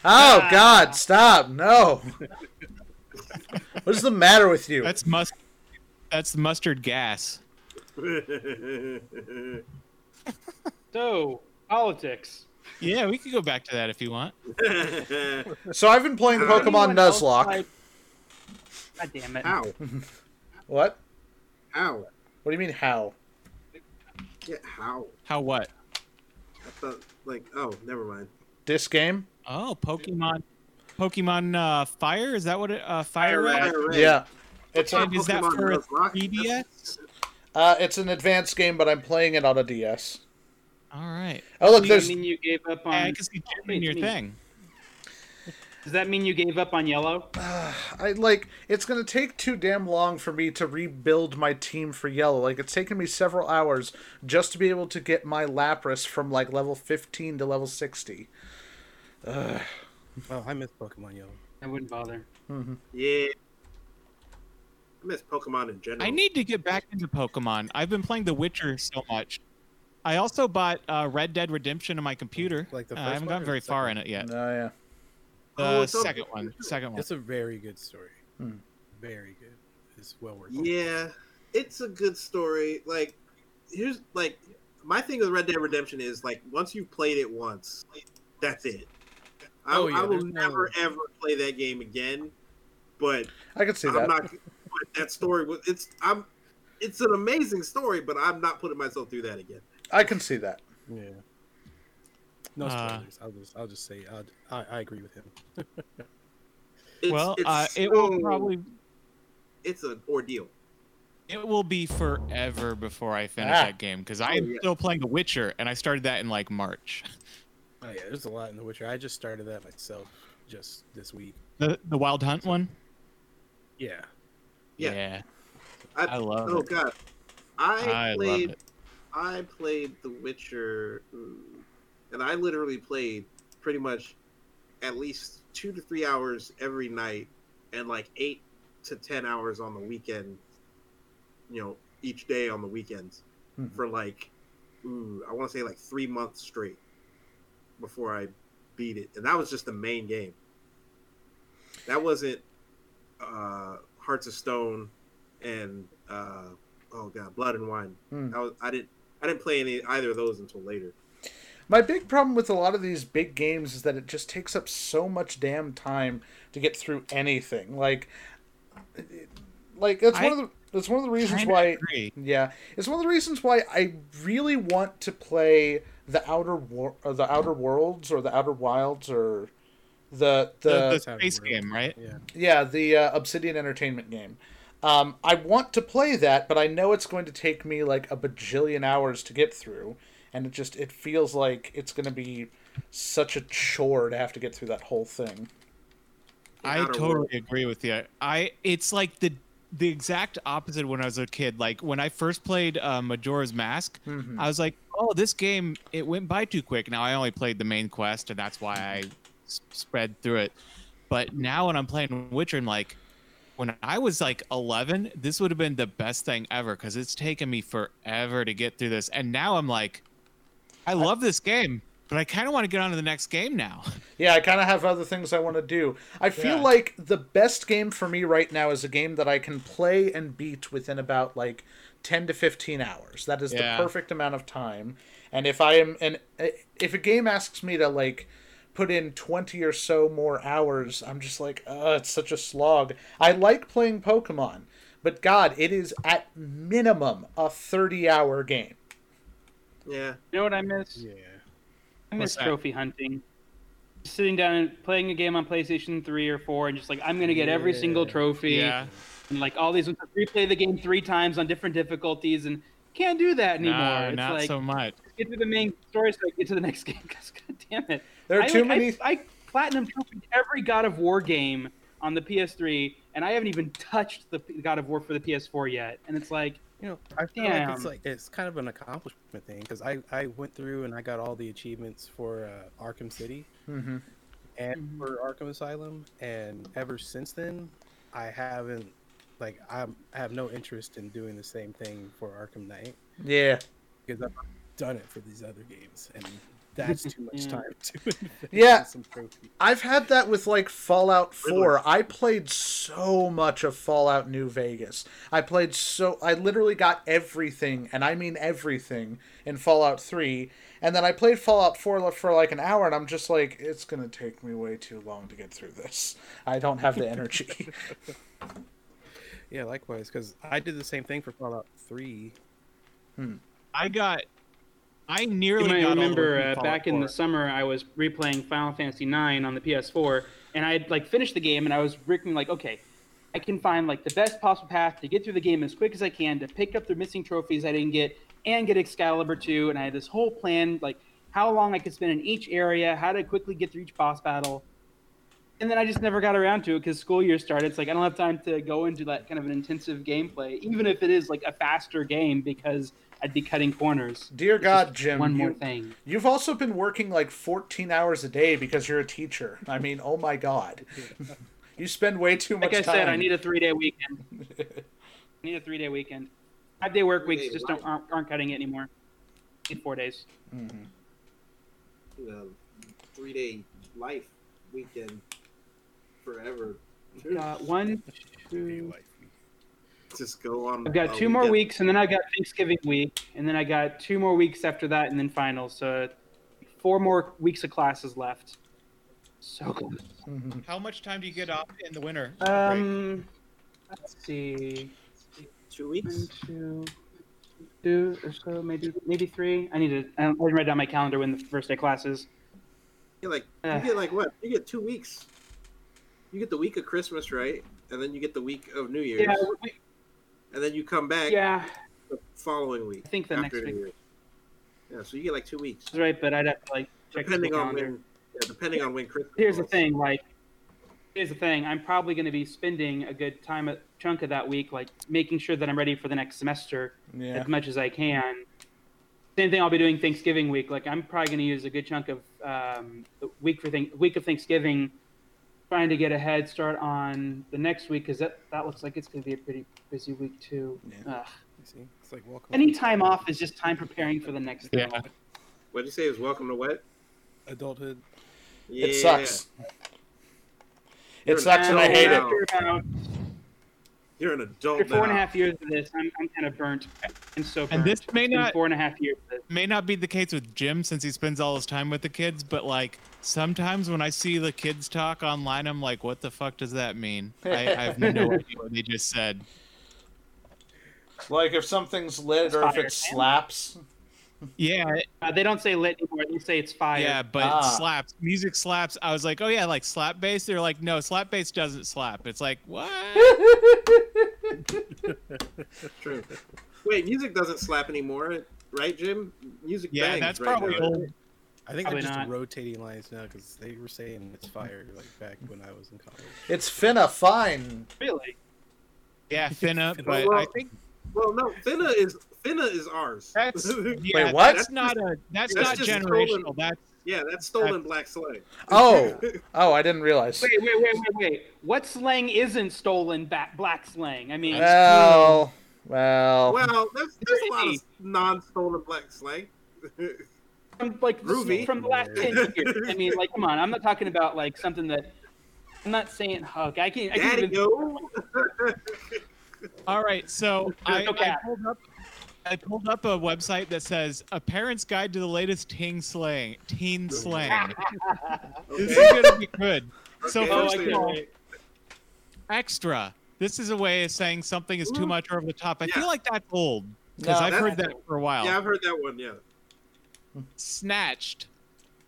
Ah. Oh God! Stop! No. what is the matter with you? That's must. That's mustard gas. So politics. Yeah, we could go back to that if you want. Oh. [laughs] [laughs] So I've been playing Pokemon Anyone else Nuzlocke. tried- God damn it! How? What? How? What do you mean how? Yeah, how? How what? I thought, like, oh, never mind. This game? Oh, Pokemon, Pokemon uh, Fire is that what it? Uh, Fire Red. Fire Red. Yeah. It's a, And is that Pokemon for a Nuzlocke. 3DS? uh, it's an advanced game, but I'm playing it on a DS. All right. Oh Does look, that there's mean you gave up Um, on? Yeah, I can see Jim in your thing. Does that mean you gave up on yellow? I like it's gonna take too damn long for me to rebuild my team for yellow. Like it's taken me several hours just to be able to get my Lapras from like level fifteen to level sixty. Oh, I miss Pokemon Yellow. I wouldn't bother. Yeah. I miss Pokemon in general. I need to get back into Pokemon. I've been playing The Witcher so much. I also bought uh, Red Dead Redemption on my computer. Like the Uh, I first haven't one gotten or very the far in second it yet. Oh yeah. Oh, The it's up. second one. Second one. It's a very good story. Hmm. Very good. It's well worth it. Yeah, it's a good story. Like, here's like my thing with Red Dead Redemption is like once you've played it once, that's it. I, Oh, yeah, I will there's no- never ever play that game again. But I can see I'm that. not. But that story was it's I'm. It's an amazing story, but I'm not putting myself through that again. I can see that. Yeah. No Uh, spoilers. I'll just I'll just say I'll, I I agree with him. It's, well, it's uh, it will so- probably It's an ordeal. It will be forever before I finish Ah. that game because I am Oh, yeah. still playing The Witcher, and I started that in like March. Oh yeah, there's a lot in The Witcher. I just started that myself just this week. The the Wild Hunt one. Yeah. Yeah. I, I- love Oh it. god, I, I love played it. I played The Witcher, mm, and I literally played pretty much at least two to three hours every night, and like eight to ten hours on the weekend. You know, each day on the weekends Mhm. for like, ooh, I want to say like three months straight before I beat it, and that was just the main game. That wasn't uh, Hearts of Stone and uh, oh god, Blood and Wine. Hmm. I, was, I didn't I didn't play any either of those until later. My big problem with a lot of these big games is that it just takes up so much damn time to get through anything. Like, it- like that's one I of the that's one of the reasons Kinda why agree. Yeah, it's one of the reasons why I really want to play the outer war, or the outer worlds, or the outer wilds, or the the, The, the That's how it space works. game, right? Yeah. yeah the uh, Obsidian Entertainment game. Um, I want to play that, but I know it's going to take me like a bajillion hours to get through, and it just it feels like it's going to be such a chore to have to get through that whole thing. The I Outer totally Worlds. agree with you. I it's like the the exact opposite when I was a kid. Like when I first played uh, Majora's Mask, Mm-hmm. Mhm. I was like, "Oh, this game it went by too quick." Now I only played the main quest, and that's why I s- spread through it. But now when I'm playing Witcher, I'm like, when I was like 11, this would have been the best thing ever because it's taken me forever to get through this, and now I'm like, I love this game, But I kind of want to get on to the next game now. Yeah, I kind of have other things I want to do. I feel Yeah. like the best game for me right now is a game that I can play and beat within about like 10 to 15 hours. That is Yeah. the perfect amount of time. And if I am and uh, if a game asks me to like put in 20 or so more hours, I'm just like, "Uh, it's such a slog." I like playing Pokemon, but god, it is at minimum a 30-hour game. Yeah. You know what I miss? Yeah. I What's miss that? trophy hunting. Sitting down and playing a game on PlayStation 3 or 4 and just like, I'm going to get every Yeah. single trophy. Yeah. And like all these, replay the game three times on different difficulties and can't do that anymore. No, it's not like, so much. get to the main story so I get to the next [laughs] game. Because god damn it, There are I, too like, many I, I platinum trophied every God of War game on the PS3, and I haven't even touched the P- God of War for the PS4 yet. And it's like, You know, I feel like Damn. it's like it's kind of an accomplishment thing because I I went through and I got all the achievements for uh, Arkham City Mhm. and Mhm. for Arkham Asylum, and ever since then, I haven't like I'm, I have no interest in doing the same thing for Arkham Knight Yeah. because I've done it for these other games, and that's too [laughs] much Yeah. time to invest Yeah. in some trophy. I've had that with like Fallout 4. Riddler. I played so much of Fallout New Vegas. I played so I literally got everything, and I mean everything in Fallout 3, and then I played Fallout 4 for like an hour and I'm just like it's going to take me way too long to get through this. [laughs] I don't have the energy. [laughs] Yeah, likewise, because I did the same thing for Fallout Three. I got. I you nearly might got all the way remember through uh, Fallout back in 4. the summer, I was replaying Final Fantasy IX on the PS4, and I had like finished the game, and I was freaking like, okay, I can find like the best possible path to get through the game as quick as I can to pick up the missing trophies I didn't get and get Excalibur 2, and I had this whole plan like how long I could spend in each area, how to quickly get through each boss battle. And then I just never got around to it because school year started. It's like I don't have time to go into that kind of an intensive gameplay, even if it is like a faster game, because I'd be cutting corners. Dear It's god, just Jim. One more you, thing. You've also been working like 14 hours a day because you're a teacher. I mean, oh my god. [laughs] you spend way too much like I time. said, I need a three day weekend. I need a three day weekend. Five day work weeks Three-day just life. don't aren't, aren't cutting it anymore. Need four days. Mhm. Um, three day life weekend forever. Uh, one, two. [laughs] Just go on. I've got a two more weekend. weeks, and then I've got Thanksgiving week, and then I got two more weeks after that, and then finals. So four more weeks of classes left. So close. Mm-hmm. How much time do you get off in the winter? Um, let's see. Two One, weeks. two, two or so, maybe maybe three. I need to. I didn't write down my calendar when the first day of classes. You get like Uh. you get like what? You get two weeks. You get the week of Christmas, right? And then you get the week of New Year's. Yeah, we- And then you come back yeah. the following week. I think the next after week New Year's. Yeah, so you get like two weeks. is right, but I'd have to like check the Depending on calendar. when yeah, depending on when Christmas Here's the falls. thing, like here's the thing. I'm probably going to be spending a good time a chunk of that week, like making sure that I'm ready for the next semester [laughs] Yeah. as much as I can. Same thing I'll be doing Thanksgiving week. Like I'm probably going to use a good chunk of um, the week for thing week of Thanksgiving, trying to get a head start on the next week because that that looks like it's going to be a pretty busy week too. Yeah. Ugh. You see, it's like welcome. Any time off is just time preparing for the next. thing. Yeah. What'd you say is welcome to what? adulthood. Yeah. It sucks. You're It sucks and I So hate it. now- after about You're an adult After four and a now. half years of this, I'm, I'm kind of burnt. I'm so burnt. And this may It's been not- four and a half years. Of this. May not be the case with Jim since he spends all his time with the kids, but like sometimes when I see the kids talk online, I'm like, what the fuck does that mean? I, I [laughs] have no idea what they just said. Like if something's lit or if Fire. it slaps. Yeah, Uh, they don't say lit anymore. They say it's fire. yeah, but Ah. slaps. Music slaps. I was like, oh yeah, like slap bass. They're like, no, slap bass doesn't slap. It's like, [laughs] what? True. Wait, music doesn't slap anymore, right, Jim? Music yeah, bangs that's right probably now. old. I think Probably they're just not. rotating lines now because they were saying it's fire like back when I was in college. It's finna fine. really. Yeah, finna. Finna. But Well, I [laughs] think Well, no, Finna is Finna is ours. that's yeah, Wait, what? That's not a. That's, That's not just generational. stolen. That's [laughs] yeah, that's stolen black slang. [laughs] Oh. Oh, I didn't realize. Wait, wait, wait, wait, wait. What slang isn't stolen? Ba- black slang. I mean, Well, well. oh. Well, there's, there's a lot of non-stolen black slang. from like this- Groovy. from the last ten years. I mean, like, come on. I'm not talking about like something that. I'm not saying hug. I can't. I can't Daddy even, go. All right, so I, Okay. I pulled up. I pulled up a website that says a parent's guide to the latest teen slang. Teen [laughs] slang. this is gonna be good. So Okay, Oh, first I let's of do can't all, wait. extra. This is a way of saying something is too much or over the top. I feel Yeah. like that's old because No, I've that's- heard that for a while. Yeah, I've heard that one. Yeah. Snatched.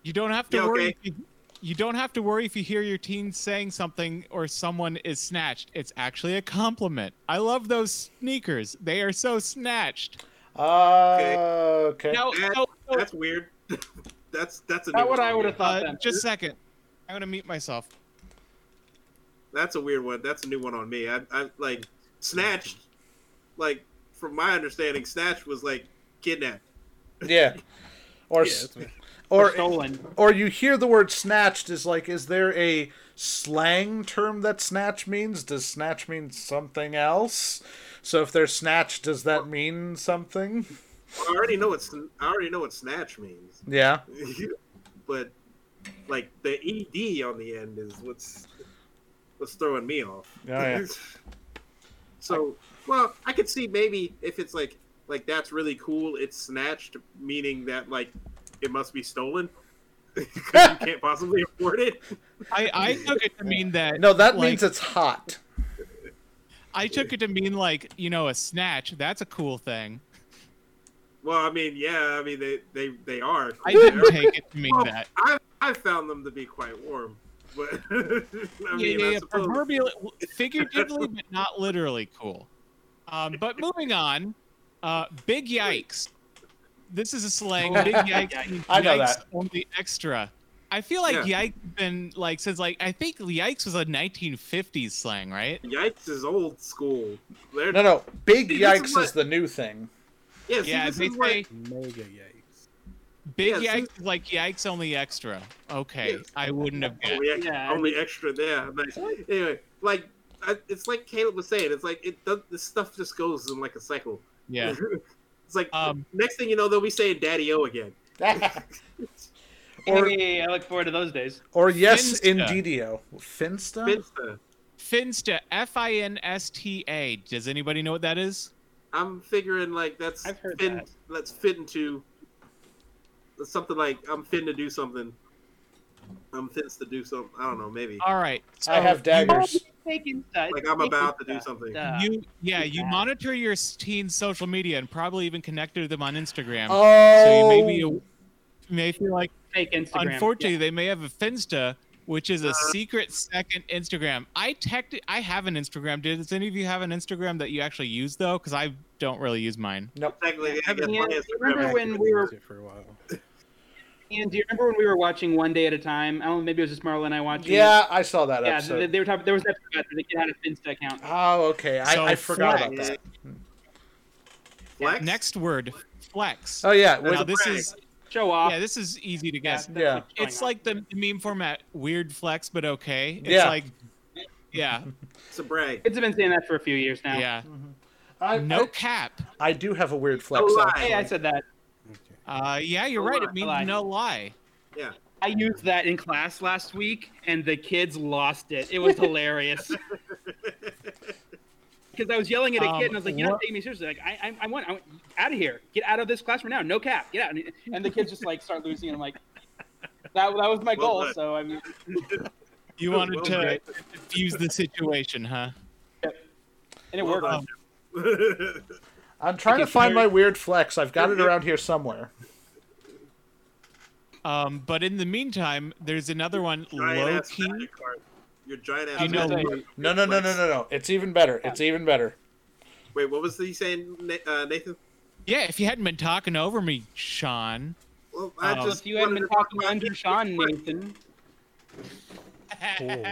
You don't have to Yeah, worry. okay. If you, you don't have to worry if you hear your teen saying something or someone is snatched. It's actually a compliment. I love those sneakers. They are so snatched. Uh, Okay. okay. Now, That- so- so- That's weird. [laughs] that's that's a new Not what one. I would have Uh, thought. then. just a second. I'm gonna mute myself. That's a weird one. That's a new one on me. I, I like snatched. Like from my understanding, snatched was like kidnapped. Yeah. Or Yeah, s- that's what- Or or stolen. or you hear the word snatched is like is there a slang term that snatch means does snatch mean something else so if they're snatched does that mean something I already know it's. I already know what snatch means. [laughs] yeah Oh, but like the ed on the end is what's what's throwing me off. Oh, yeah. [laughs] so, well, I could see maybe if it's like like that's really cool. It's snatched, meaning that like it must be stolen. [laughs] 'Cause you can't possibly [laughs] afford it. I, I took it to mean that. no that like, means it's hot I took it to mean like you know a snatch. That's a cool thing. Well, I mean, yeah, I mean they they they are. [laughs] I didn't take it to mean Well, that. I I found them to be quite warm, but [laughs] I mean, yeah, yeah, I yeah. suppose- Proverbially, [laughs] figuratively, but not literally cool. Um, but moving on, uh, big yikes. This is a slang. [laughs] Big yikes. means I know yikes that. Only extra. I feel like yikes been like since like I think yikes was a 1950s slang, right? Yikes is old school. They're, no no big See, this is yikes what- is the new thing yeah, see, yeah, this they is what- say Mega yikes. Big Yeah, yikes, so- is like yikes only extra. Okay, Yeah. I wouldn't have guessed. only, ex- Yeah. Oh, only extra there. Nice. Anyway, like I, it's like Caleb was saying, it's like it does, this stuff just goes in like a cycle. Yeah. [laughs] it's like Um, next thing you know, they'll be saying "Daddy O" again. or- Hey, I look forward to those days. or yes Finsta. indeedio Uh, finsta Finsta. Finsta, F I N S T A. Does anybody know what that is? I'm figuring like that's I've heard fin, that. that's fit into that's something like I'm fin to do something. I'm fins to do something. I don't know, maybe All right. So i have daggers like I'm about to do something. You, yeah, you Yeah. monitor your s- teen's social media and probably even connected to them on Instagram. oh So you maybe you may feel like, fake Instagram. unfortunately, they may have a Finsta, which is a secret second Instagram. I tech, I have an Instagram. Does any of you have an Instagram that you actually use though? Because I don't really use mine. Technically, I guess Yeah, my you Instagram remember account- when we were- Used it for a while. Yeah. And do you remember when we were watching One Day at a Time? I don't know, maybe it was just Marla and I watching. it. yeah i saw that Yeah, episode they, they were talking. There was an episode about the kid had a Finsta account. oh okay i, So I forgot about flex. that Flex? Next word, flex. oh yeah now with, this brag. is Show off. yeah, this is easy to That's- guess. that's Yeah. what's going It's on. like the meme format, weird flex, but okay. It's Yeah. like, yeah, It's a brag. Kids have been saying that for a few years now. yeah. I, No cap. I, I do have a weird No flex lie. actually. Oh, Hey, I said that. [laughs] Okay. Uh, yeah, you're No right. lie, It means lie. no lie. I used that in class last week, and the kids lost it. It [laughs] was hilarious. Because I was yelling at a Um, kid, and I was like, "You're what- not taking me seriously. Like, I, I, I want, I want out of here. Get out of this classroom now. No cap. Get out." And, and the kids just like start losing, and I'm like, "That, that was my Well goal." done. so I mean, You Well wanted to read. diffuse the situation, huh? and it Well worked. done. [laughs] I'm trying Okay, to find so- my weird flex. I've got it around here somewhere. Um, but in the meantime, there's another one, giant low ass key. magic card. Your giant ass. You know, magic card. No, no, no, no, no, no. It's even better. It's even better. Wait, what was he saying, Na- uh, Nathan? yeah, if you hadn't been talking over me, Sean. Well, I Um, just If you hadn't wanted been to talk talking about under this Sean, quick. Nathan, Cool.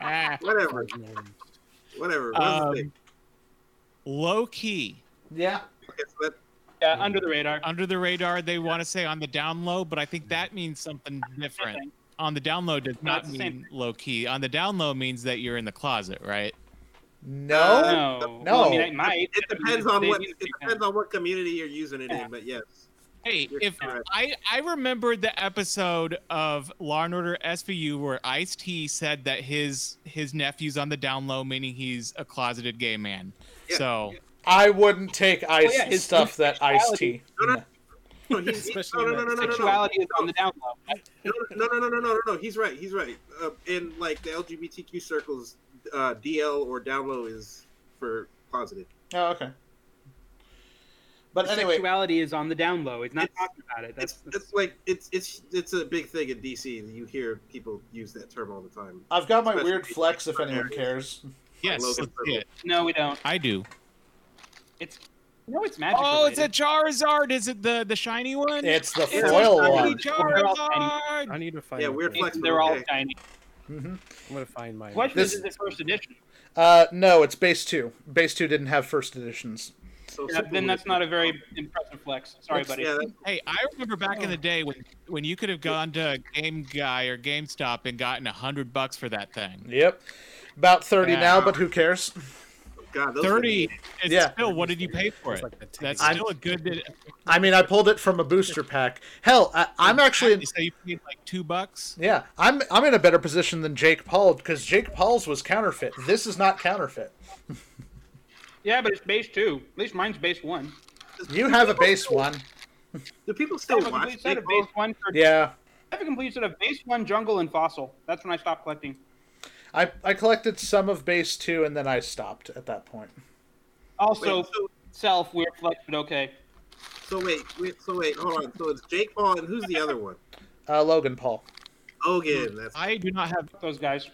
Ah. Whatever, whatever. What's the Um, thing? low key. Yeah. Okay, so that- yeah, under the radar. Uh, Under the radar, they want to say on the down low, but I think that means something different. Nothing. on the down low does not it's the same mean low key. On the down low means that you're in the closet, right? No. No, No. I mean, it might. It depends on They what need to it be depends on what community you're using it Yeah. [laughs] in, but yes. Hey, You're if correct. I I remembered the episode of Law and Order SVU where Ice T said that his his nephew's on the down low, meaning he's a closeted gay man. Yeah, so I wouldn't take ice yeah, his stuff that ice tea. No, no, no, he's- he's- Especially no, no, in no, no, that no, no, no. Sexuality is on the down low. No, no, no, no, no, no, no, no. He's right. He's right. Uh, in like the LGBTQ circles, uh, DL or down low is for closeted. Oh, okay. But anyway, Sexuality is on the down low. It's not talking about it. That's, It's, it's like it's it's it's a big thing in DC. and You hear people use that term all the time. I've got my Especially weird flex if anyone American. cares. yes, Logan let's see it. no, we don't. I do. It's no, it's magic. Oh, it's a related. Charizard. Is it the the shiny one? It's the It's foil not one. really- They're all I Charizard. need to find. Yeah, my weird thing. flex. They're all Okay. tiny. hmm I'm gonna find mine. Question This- is, is this first edition? Uh, no, it's base two. Base two didn't have first editions. So Yeah, then that's not a very impressive flex. Sorry, buddy. Yeah, that- Hey, I remember back in the day when when you could have gone to Game Guy or GameStop and gotten a hundred bucks for that thing. Yep. About 30 Yeah. now, but who cares? God, those Thirty. It's Yeah. Still, what did you pay for It's it? like the ticket. That's I'm- still a good. I mean, I pulled it from a booster pack. Hell, I, I'm actually. So you paid like two bucks. Yeah, I'm I'm in a better position than Jake Paul because Jake Paul's was counterfeit. This is not counterfeit. Yeah, but it's base two. At least mine's base one. You have a base one. Do people I still have a watch complete set of baseball? base one. For, Yeah, I have a complete set of base one jungle and fossil. That's when I stopped collecting. I I collected some of base two and then I stopped at that point. Also, Wait, so, self weird flex, but okay. so wait, wait, so wait, hold on. So it's Jake Paul and who's the other one? Uh, Logan Paul. Hogan. That's I do not have. Fuck Those guys.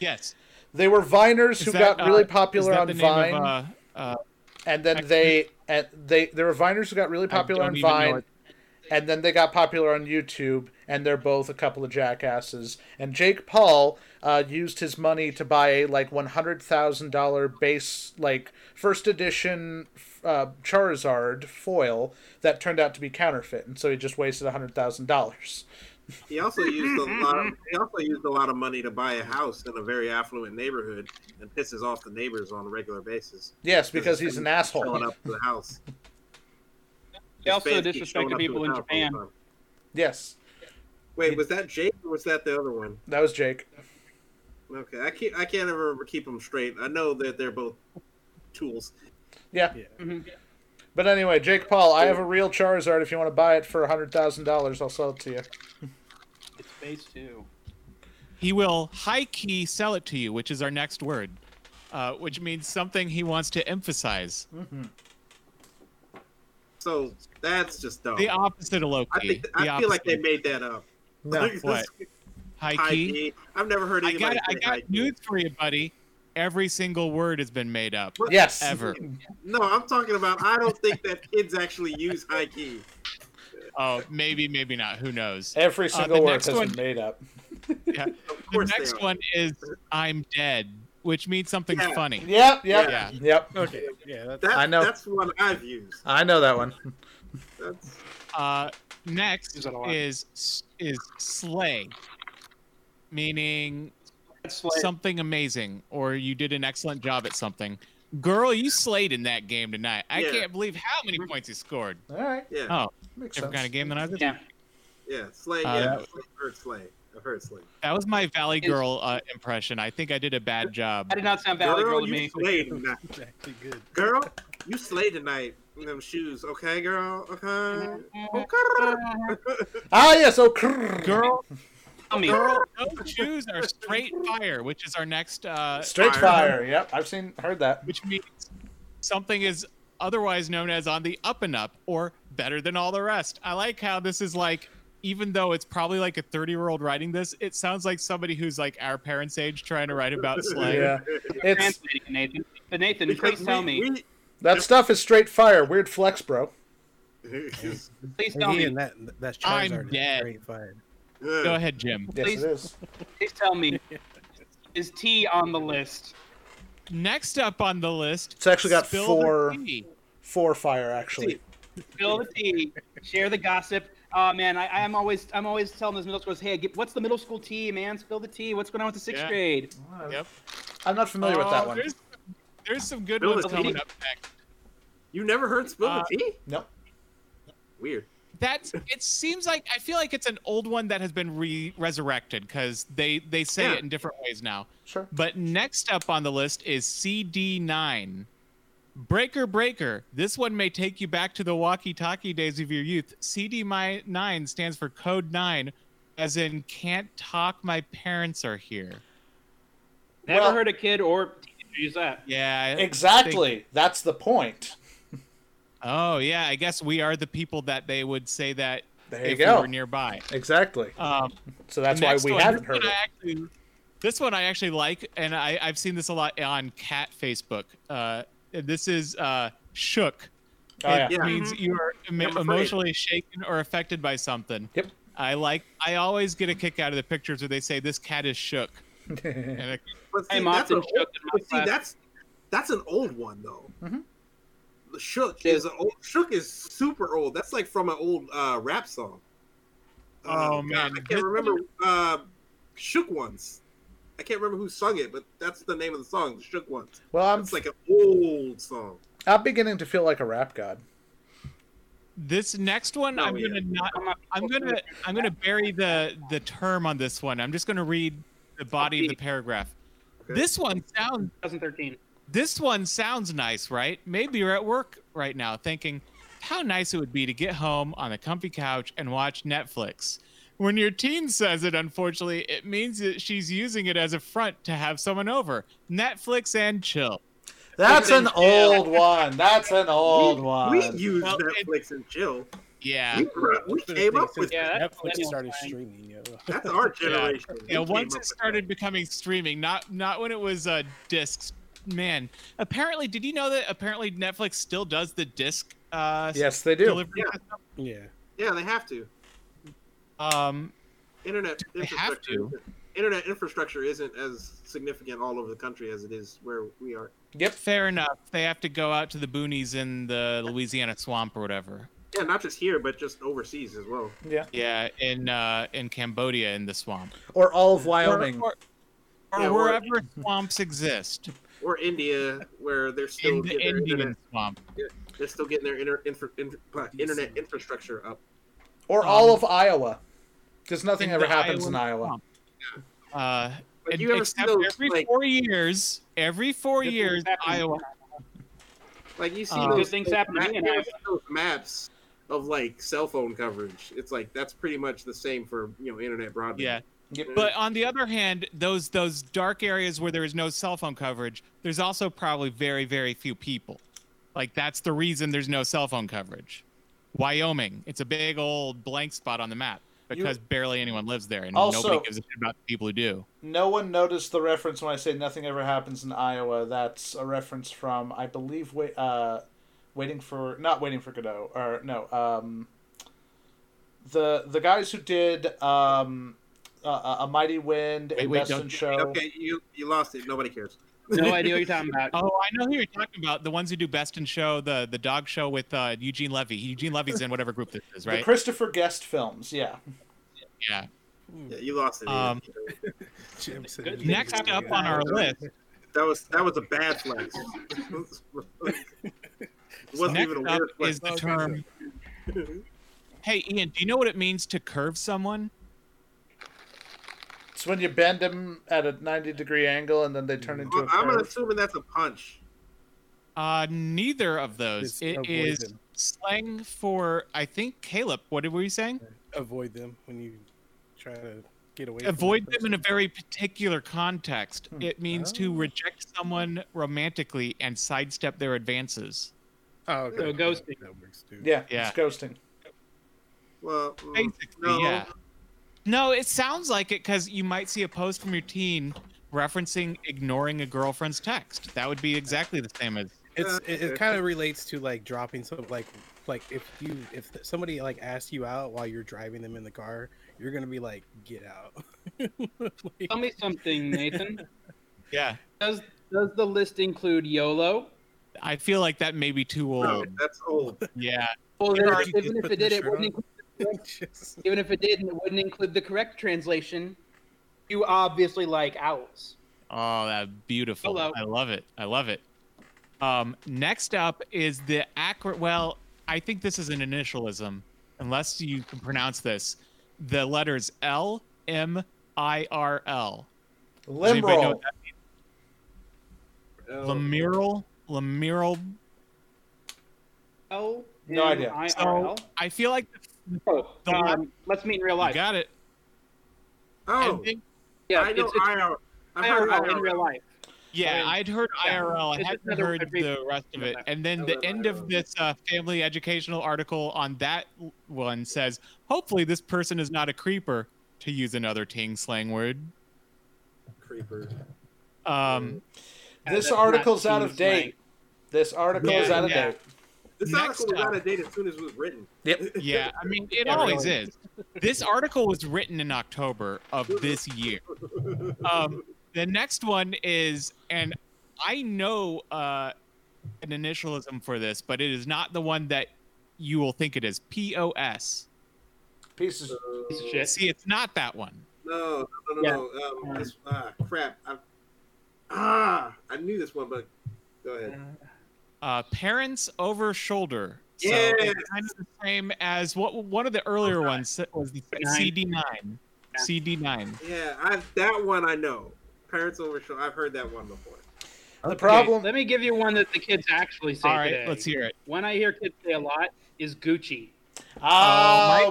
Yes. They were viners Is who that, got uh, really is popular that on the name Vine, Of, uh, uh, and then they and they there were viners who got really popular don't on even know Vine, it. and then they got popular on YouTube, and they're both a couple of jackasses. And Jake Paul uh, used his money to buy a like one hundred thousand dollar base like first edition uh, Charizard foil that turned out to be counterfeit, and so he just wasted hundred thousand dollars. He also used a lot. Of, he also used a lot of money to buy a house in a very affluent neighborhood and pisses off the neighbors on a regular basis. Yes, because he's an Showing asshole. up to the house. They also His fans keep showing disrespected up to people his in house all the Japan. time. Yes, Wait, was that Jake or was that the other one? that was Jake. Okay, I can't. I can't ever keep them straight. I know that they're both tools. Yeah, Yeah. Mhm. but anyway, Jake Paul, I have a real Charizard. If you want to buy it for hundred thousand dollars, I'll sell it to you. It's base two. He will high key sell it to you, which is our next word, uh, which means something he wants to emphasize. Mm-hmm. So that's just dumb. The opposite of low Oh. I key. think. I feel like they made that up. [laughs] What? high High key. key. I've never heard I anybody got. I say got high key. news for you, buddy. Every single word has been made up. What? Yes, Ever. No, I'm talking about. I don't think that kids actually use high key. Oh, maybe, maybe not. Who knows? Every Uh, the single word next has one- been made up. Of The course, next they are. one is I'm dead, which means something's Yeah. funny. Yep, yep, Yeah. yep. Okay. Yeah. That's, That, I know. That's one I've used. I know that one. That's, Uh, next Use that a lot. is is slay, meaning That's like, something amazing or you did an excellent job at something. Girl, you slayed in that game tonight. I Yeah. can't believe how many points you scored. All right, yeah, Oh, makes different sense. kind of game than I was. yeah. yeah. Slay. Uh, yeah, that- I've heard slay. I've heard slay. That was my Valley Is- Girl uh, impression. I think I did a bad job. That did not sound valid, girl, girl, to you me. slay [laughs] tonight. that's actually good. Girl, you slay tonight. In them shoes, okay, girl. Okay. Mm-hmm. Tell Okay. Ah, yes. Oh, crrr. Girl, me. girl, those shoes are straight fire, which is our next, uh, Straight Fire. fire. Yep, I've seen, heard that. which means something is otherwise known as on the up and up or better than all the rest. I like how this is like, even though it's probably like a 30 year old writing this, it sounds like somebody who's like our parents' age trying to write about slay. Yeah, it's Translating it, Nathan. But Nathan, please tell me. that stuff is straight fire. Weird flex, bro. we- [laughs] Please And tell he me. and that that's I'm Charizard. is dead. Great fire. Go ahead, Jim. Yes, Please. it is. Please tell [laughs] me. Is T on the list? Next up on the list, It's actually got Spill the four, Tea. four fire actually. Spill the tea. Share the gossip. Oh man, I, I'm always I'm always telling those middle schools, hey, get, what's the middle school tea, man? Spill the tea. What's going on with the sixth Yeah. grade? Yep. I'm not familiar with that Oh, one. There's, there's some good Spill ones the coming tea. up next. You never heard spill Uh, the tea? Nope. Weird. that's it seems like I feel like it's an old one that has been re- resurrected because they they say Yeah. it in different ways now. Sure. But next up on the list is CD9. Breaker Breaker. This one may take you back to the walkie talkie days of your youth. CD9 stands for Code 9, as in can't talk, my parents are here. Never Well- heard a kid or teenager use that. Yeah. I Exactly. think- That's the point. oh, yeah. I guess we are the people that they would say that There you if go. we were nearby. exactly. Um, So that's The why next we one- haven't this heard one it. I actually- this one I actually like, and I, I've seen this a lot on Cat Facebook. Uh, this is uh, shook. Oh, it yeah. Yeah. means you are emo- I'm afraid. emotionally shaken or affected by something. Yep. I like. I always get a kick out of the pictures where they say this cat is shook. And it- But see, I'm that's, often an old, shook in my but see class. that's that's an old one though. Mm-hmm. Mhm. The Shook Yeah. is an old. Shook is super old. That's like from an old uh, rap song. Oh, God, man. I This- can't remember. Uh, shook ones. I can't remember who sung it, but that's the name of the song. The Shook ones. Well, Um, I'm It's like an old song. I'm beginning to feel like a rap god. this next one, No, I'm yeah. gonna not. I'm not- I'm gonna. I'm gonna bury the the term on this one. I'm just gonna read the body of the paragraph. Okay. This one sounds 2013. this one sounds nice, right? Maybe you're at work right now thinking how nice it would be to get home on a comfy couch and watch Netflix. When your teen says it, unfortunately, it means that she's using it as a front to have someone over. Netflix and chill. That's an Yeah. old one. That's an old we, one. We use uh, Well, it- Netflix and chill. Yeah. We, we It's been a came thing up with since Yeah, that's- Netflix that's started fine. streaming. Yo. [laughs] that's our generation. [laughs] Yeah, We came once up it with started becoming streaming, not not when it was uh, discs. Man, apparently, did you know that apparently Netflix still does the disc uh, yes, they do. delivery? Yeah, that. Yeah, they have to. Um, internet They have infrastructure. to. isn't- Internet infrastructure isn't as significant all over the country as it is where we are. Yep. Fair enough. They have to go out to the boonies in the Louisiana swamp or whatever. Yeah, not just here, but just overseas as well. Yeah. Yeah, in uh, in Cambodia in the swamp. Or all of Wyoming. Or, or- or Yeah, or- wherever swamps exist. Or India, where they're In still the getting their Indian internet, swamp. they're still getting their inter, infra, inter, uh, internet infrastructure up. Or Um, all of Iowa. Because nothing in ever the happens in Iowa Iowa. swamp. Uh, Like and- you ever see except those every like, four years, every four Good years, things happen. Iowa. like you see uh, those, Good things those happen to me and ma- I- those maps of like cell phone coverage. It's like that's pretty much the same for you know internet broadband. Mm. Yeah. Yep. But on the other hand, those those dark areas where there is no cell phone coverage, there's also probably very very few people. Like that's the reason there's no cell phone coverage. Wyoming, it's a big old blank spot on the map because barely anyone lives there, and Also- nobody gives a shit about the people who do. No one noticed the reference when I say nothing ever happens in Iowa. That's a reference from, I believe, wait, uh, waiting for not waiting for Godot or no, um, the the guys who did um, uh, a mighty wind Wait, and wait, Best in don't- show. Okay, you you lost it. Nobody cares. [laughs] No idea what [laughs] you're talking about. Oh, I know who you're talking about. The ones who do Best in Show, the the dog show with uh, Eugene Levy. Eugene Levy's in whatever group this is, The right? Christopher Guest films, yeah. Yeah. Yeah, you lost it. Um, Jim said Good it. Next happen up to on our Iowa. list That was that was a bad flex. It wasn't Next even a up weird flex. is the term. [laughs] hey, Ian, do you know what it means to curve someone? It's when you bend them at a ninety degree angle and then they turn into a Well, I'm curve. assuming that's a punch. Uh, never of those. Just It avoid is them. slang for I think Caleb. What were you saying? avoid them when you try to get away. Avoid from that them in a very particular context. Hmm. It means to Oh. reject someone romantically and sidestep their advances. person. Oh, okay. So ghosting. That works too. Yeah, Yeah. it's ghosting. Well, mm, Basically, no. yeah. No, it sounds like it because you might see a post from your teen referencing ignoring a girlfriend's text. That would be exactly the same as It's it, it kind of relates to like dropping some like like if you if somebody like asks you out while you're driving them in the car, you're gonna be like, get out. [laughs] Like, Tell me something, Nathan. yeah. Does [laughs] does the list include YOLO? I feel like that may be too old. No, that's [laughs] old. Yeah. Well, Yeah, then, already even did if put it did, the it shirt wouldn't on. include, Just- even if it did, it wouldn't include the correct translation. You obviously like owls. Oh, that beautiful. Hello. I love it. I love it. Um, next up is the acro. Well, I think this is an initialism. unless you can pronounce this, the letters L M I R L. Does anybody know Limroll. what that means? Oh, Lemural, lemural. L No idea. M-I-R-L? I feel like Oh, The um, let's meet in real you life. got it. oh I think- Yeah, I know it's, it's IRL. I've heard IRL in IRL. real life. yeah, mean, I'd heard yeah, IRL. I it's hadn't another heard abbreviation the rest of it. of And then I the love end of IRL. this uh, family educational article on that one says, "Hopefully, this person is not a creeper," to use another Ting slang word. Creeper. Um, Yeah, This that's not article's out Team of date. Slang. This article is Yeah, out of yeah. date. This Next article was up. out of date as soon as it was written. Yep. yeah, I mean, it Yeah, always really. is. This article was written in October of this year. Um, the next one is, and I know uh, an initialism for this, but it is not the one that you will think it is. POS. Pieces. Piece of Uh, shit. See, it's not that one. No, no, no, Yeah. no. Um, this, ah, crap. I, ah, I knew this one, but go ahead. Uh, parents over shoulder. So Yeah. it's kind of the same as what one of the earlier ones was the Nine. CD9. CD9. Yeah, I that one I know. Parents over show. I've heard that one before. The problem. Let me give you one that the kids actually say All right, today. let's hear it. One I hear kids say a lot is Gucci. Oh,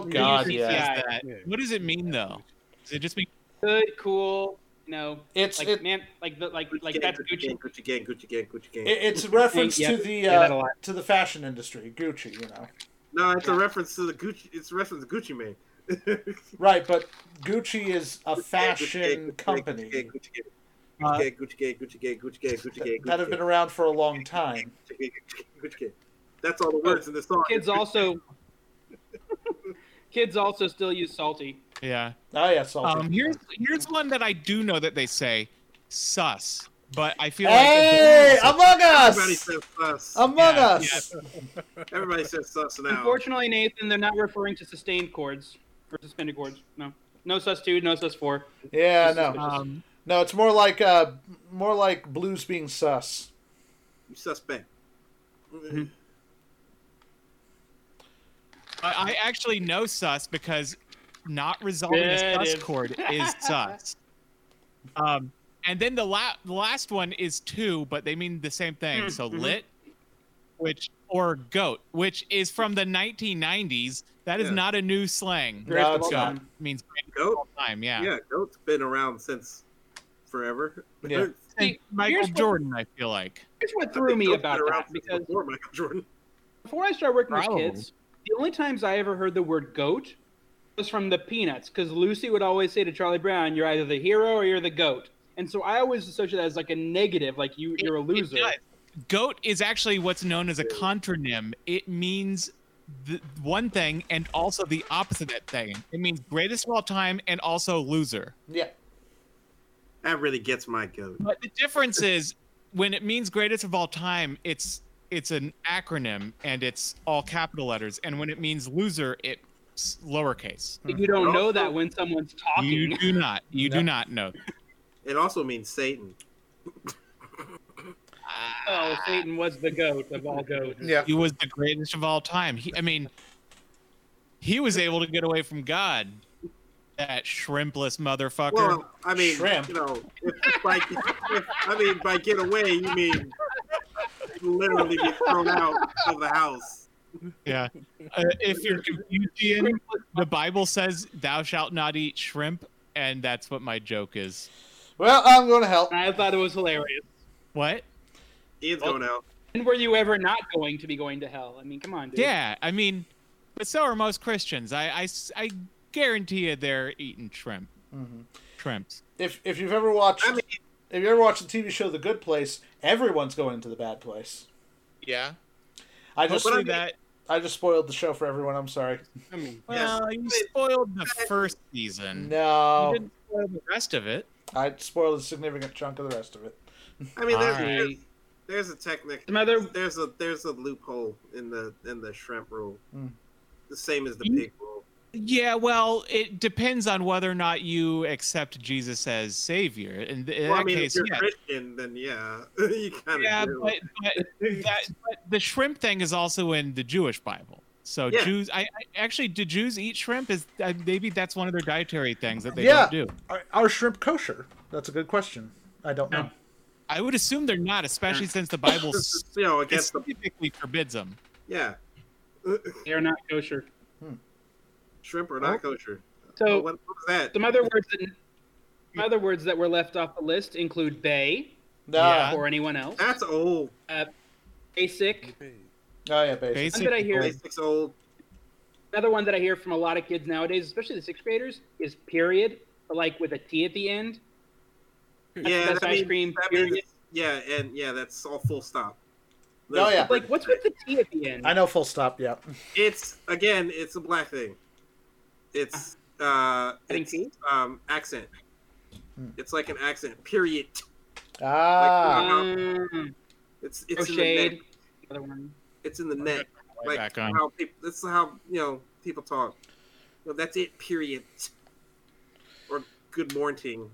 Mike god, uses yeah. the Is that- Yeah. What does it mean though? Does it just mean Good, cool, you know, It's like it, man, like the, like like gang, that's Gucci Gucci. gang, Gucci gang, Gucci gang, Gucci gang. it it's a reference Yeah, to the say that a uh, lot. to the fashion industry, Gucci, you know. no, it's a reference to the Gucci. It's a reference to Gucci Mane. Right, but Gucci is a [laughs] Gucci gang, Gucci gang, fashion Gucci gang, company Gucci gang, Gucci gang, Uh, Gucci gang, Gucci gang, Gucci gang, Gucci gang, Gucci gang, that have Gucci been around for a long time. gang, Gucci gang, Gucci gang. That's all the words in the song. Kids also kids also still use salty. yeah? Oh yeah, salty. Um, here's here's one that I do know that they say sus, but I feel hey, like Among Everybody Us! Um, says sus. Among Yeah, Us! Everybody says sus now. Unfortunately, Nathan, they're not referring to sustained chords or suspended chords. No, no sus two, no sus four. This Yeah, is no, just- um, no. It's more like uh, more like blues being sus. You suspect. I, I actually know sus because not resolving a sus Definitive. chord is sus. Um, and then the, la- the last one is two, but they mean the same thing. Mm, So mhm. lit, which or goat, which is from the 1990s. That is Yeah. not a new slang. Greatest of it's all Goat not. time. means greatest Goat. of all time. Yeah. Yeah, goat's been around since forever. Yeah. [laughs] Since See, Michael here's what- Jordan, I feel like. Here's what I threw think me goat's about been around that since because before Michael Jordan. before I started working Probably. with kids, the only times I ever heard the word goat was from the Peanuts, because Lucy would always say to Charlie Brown, "You're either the hero or you're the goat." And so I always associate that as like a negative, like you you're a It loser. does. Goat is actually what's known as a contronym. It means the one thing and also the opposite of that thing. It means greatest of all time and also loser. Yeah, That really gets my goat. But the difference is when it means greatest of all time, it's it's an acronym and it's all capital letters. And when it means loser, it's lowercase. You don't And know also- that when someone's talking. You do not. You No. do not know. It also means Satan. [laughs] oh, Satan was the goat of all goats. yeah. He was the greatest of all time. He, I mean, he was able to get away from God. That shrimpless motherfucker. Well, I mean, Shrimp. you know, if, if by, if, I mean, by get away, you mean literally get thrown out of the house. Yeah. Uh, if you're Confucian, the Bible says, "Thou shalt not eat shrimp," and that's what my joke is. Well, I'm going to help. I thought it was hilarious. What? Ian's going out. And were you ever not going to be going to hell? I mean, come on, dude. Yeah. I mean, but so are most Christians. I, I s- I guarantee you, they're eating shrimp. Mhm. Shrimps. If if you've ever watched, I mean- if you ever watched the TV show The Good Place, everyone's going to the bad place. Yeah. I just Hopefully I mean- that. I just spoiled the show for everyone. I'm sorry. I mean, Well, you spoiled the first Mm-hmm. season. You No, didn't spoil the rest of it. I spoiled a significant chunk of the rest of it. I mean, there's, All right. there's, there's a technic. some other There's a there's a loophole in the in the shrimp rule, Hmm. the same as the You- pig rule. Yeah, well, it depends on whether or not you accept Jesus as Savior. In, th- in Well, that I mean, case, if you're yeah, Christian, then yeah, [laughs] you kind of yeah, do. [laughs] but, but that but the shrimp thing is also in the Jewish Bible. So Yeah. Jews, I, I actually do Jews eat shrimp? Is uh, maybe that's one of their dietary things that they Yeah. don't do. Are, are shrimp kosher? That's a good question. I don't know. I would assume they're not, especially since the Bible [laughs] Just, you know, against the specifically forbids them. yeah, They are not kosher. shrimp or not kosher. So Oh, what, what was that? some other words that some other words that were left off the list include bay Yeah. or anyone else. That's old. Basic. Oh yeah, basic. Basic. One that I hear, Basics old. another one that I hear from a lot of kids nowadays, especially the sixth graders, is period, but like with a T at the end. Yeah, that's that ice means- cream, that period. means- yeah, and yeah, that's all full stop. Oh, yeah. Like, what's with the T at the end? I know full stop. Yeah. It's again, it's a black thing. It's uh, Adding it's, tea? um, accent. Hmm. It's like an accent. Period. Ah. Um, It's it's in the crocheted. neck. Another one. It's in the neck. Like back [laughs] on. how people. That's how you know people talk. No, that's it. Period. Or good morning.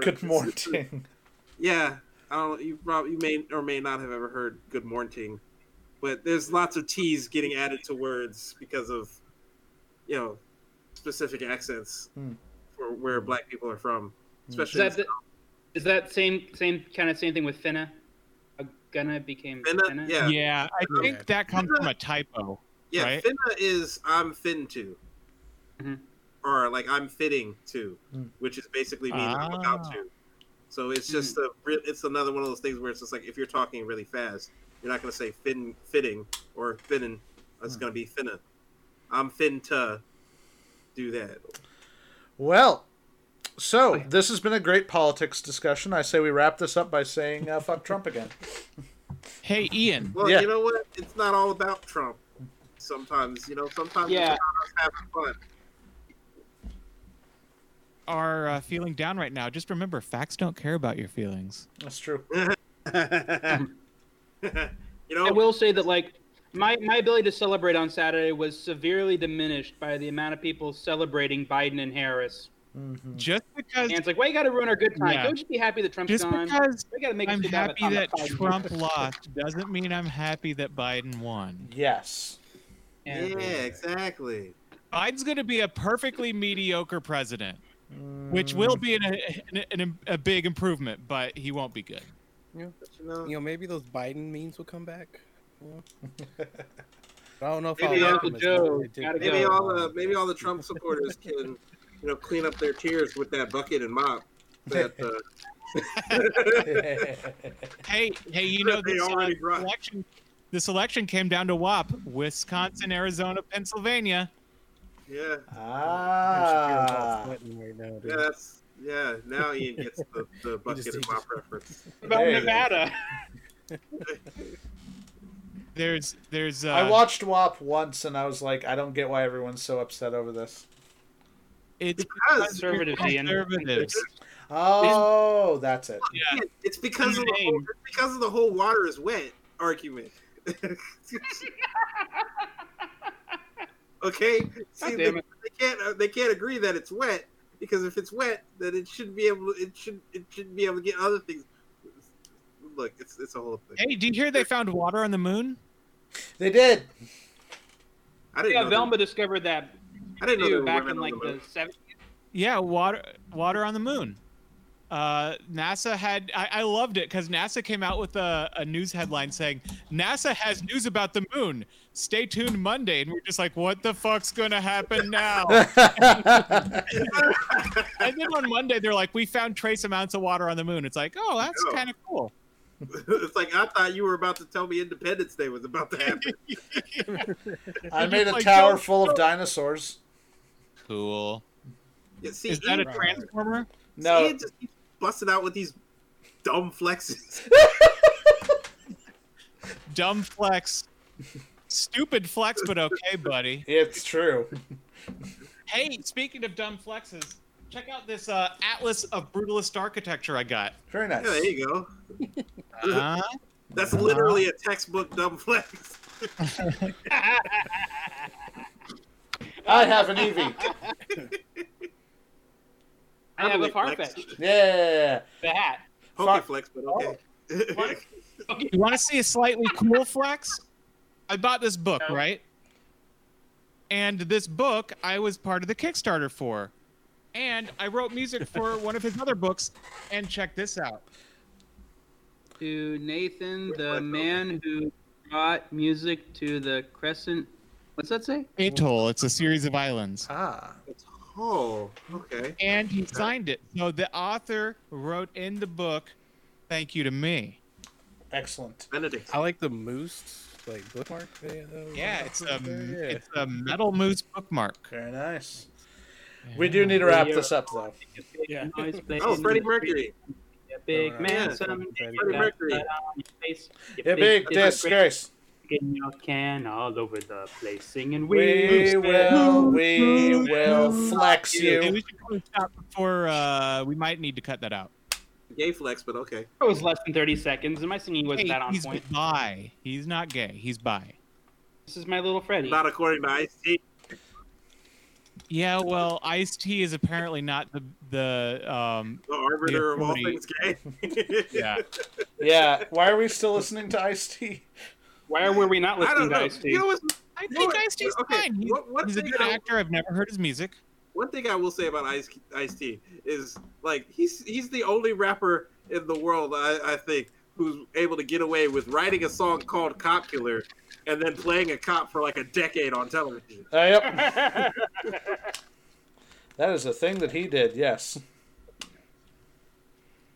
[laughs] [laughs] Good morning. Yeah, I don't. You probably you may or may not have ever heard "good morning," but there's lots of T's getting added to words because of, you know, specific accents Hmm. for where Black people are from, Is especially. that, the, is that same same kind of same thing with finna? A Gunna became Finna? finna. Yeah. Yeah, I Yeah. think that comes from a typo. yeah, right? finna is I'm fin to, Mhm. or like I'm fitting to, Hmm. which is basically means I'm Mm. Ah. about to. So it's just a re it's another one of those things where it's just like if you're talking really fast, you're not going to say fin fitting or finning. Mm. It's going to be finna. I'm fin to do that. Well, so this has been a great politics discussion. I say we wrap this up by saying uh, fuck Trump again. Hey, Ian. Well, Yeah. you know what? It's not all about Trump. Sometimes, you know, sometimes Yeah. it's about us having fun. Are uh, feeling down right now? Just remember, facts don't care about your feelings. That's true. [laughs] You know, I will say that like my my ability to celebrate on Saturday was severely diminished by the amount of people celebrating Biden and Harris. Mm-hmm. Just because, And it's like, why you got to ruin our good time? Yeah. Don't you be happy that Trump's just gone? because we got to make us I'm feel bad happy that about Biden. Trump lost doesn't mean I'm happy that Biden won. Yes. yeah, And- exactly. Biden's going to be a perfectly mediocre president, Mm. which will be an, an, an, a big improvement, but he won't be good. But, you know, You know, maybe those Biden memes will [laughs] come back. You know? I don't know if Maybe I'll Uncle Joe, gotta Maybe Maybe go. all the [laughs] maybe all the Trump supporters can, you know, clean up their tears with that bucket and mop. That uh, [laughs] Hey, hey, you know They this uh, already brought- election. This election came down to WAP: Wisconsin, Arizona, Pennsylvania. yeah, ah. right now, dude. yeah, that's yeah. Now Ian gets the, the bucket just- and mop reference. about There you go. Nevada. There's, there's. Uh, I watched WAP once and I was like, I don't get why everyone's so upset over this. It's Because Conservative, Ian. conservatives. Oh, that's it. Yeah. Ian, it's because of the whole, Name. it's because of the whole water is wet argument. [laughs] okay, see, they, damn they it. can't uh, they can't agree that it's wet because if it's wet, then it should be able it should it should be able to get other things. Look, it's it's a whole thing. Hey, do you hear they found water on the moon? They did. I didn't Yeah, know. Velma discovered that I didn't know there too were back women in on like the the moon. seventies. Yeah, water, water on the moon. Uh, NASA had. I, I loved it because NASA came out with a, a news headline saying NASA has news about the moon. Stay tuned Monday, and we're just like, what the fuck's gonna happen [laughs] now? and then on Monday, they're like, we found trace amounts of water on the moon. It's like, oh, that's Yeah. kind of cool. [laughs] it's like I thought you were about to tell me Independence Day was about to [laughs] happen. I You're made a like, tower "Yo, full of dinosaurs. Cool. Yeah, see, Is that a Ian, transformer? No, Ian just keeps busting out with these dumb flexes. [laughs] Dumb flex. Stupid flex, but okay, buddy. it's true. Hey, speaking of dumb flexes, check out this uh, Atlas of Brutalist Architecture I got. Very yeah, there nice. you go. Uh, That's literally a textbook dumb flex. I have an E Eevee. I have a Probably Farfetch. Yeah. The [laughs] hat. Fuck. Pokeflex, but okay. you want to see a slightly cool flex? I bought this book, No. right? And this book I was part of the Kickstarter for. And I wrote music [laughs] for one of his other books. And check this out. to Nathan, the man who brought music to the Crescent. What's that say? Atoll, it's a series of islands. Ah. [laughs] Oh, okay. And he signed it. So the author wrote in the book, thank you to me. Excellent. Benedict. I like the moose like bookmark. Yeah, that Yeah, was it's a, up there, yeah. it's a Metal Moose bookmark. Very nice. We do need to wrap this up, though. [laughs] Yeah. Oh, Freddie Mercury. A big Yeah. man, some Freddie got Mercury. that on your face. Your Yeah, big is great, disgrace. in your can all over the place, singing We "We will, we will flex Hey, you. we should probably stop before uh, we might need to cut that out. Gay flex, but okay. That was less than 30 seconds, and my singing wasn't Hey, that on he's point. bi. He's not gay. He's bi. This is my little Freddy. Not according to Ice-T. Yeah, well, Ice T is apparently not the the um the arbiter of all somebody- things gay. yeah. Yeah. Why are we still listening to Ice [laughs] T? Why were we not [laughs] I listening don't to know. Ice You know what's I You know think what? Ice T's Okay, fine. He's, what- one he's a thing good I- actor. I've never heard his music. one thing I will say about Ice Ice T is like he's he's the only rapper in the world I, I think who's able to get away with writing a song called Cop Killer and then playing a cop for like a decade on television. Uh, yep. [laughs] [laughs] That is a thing that he did. Yes. Uh,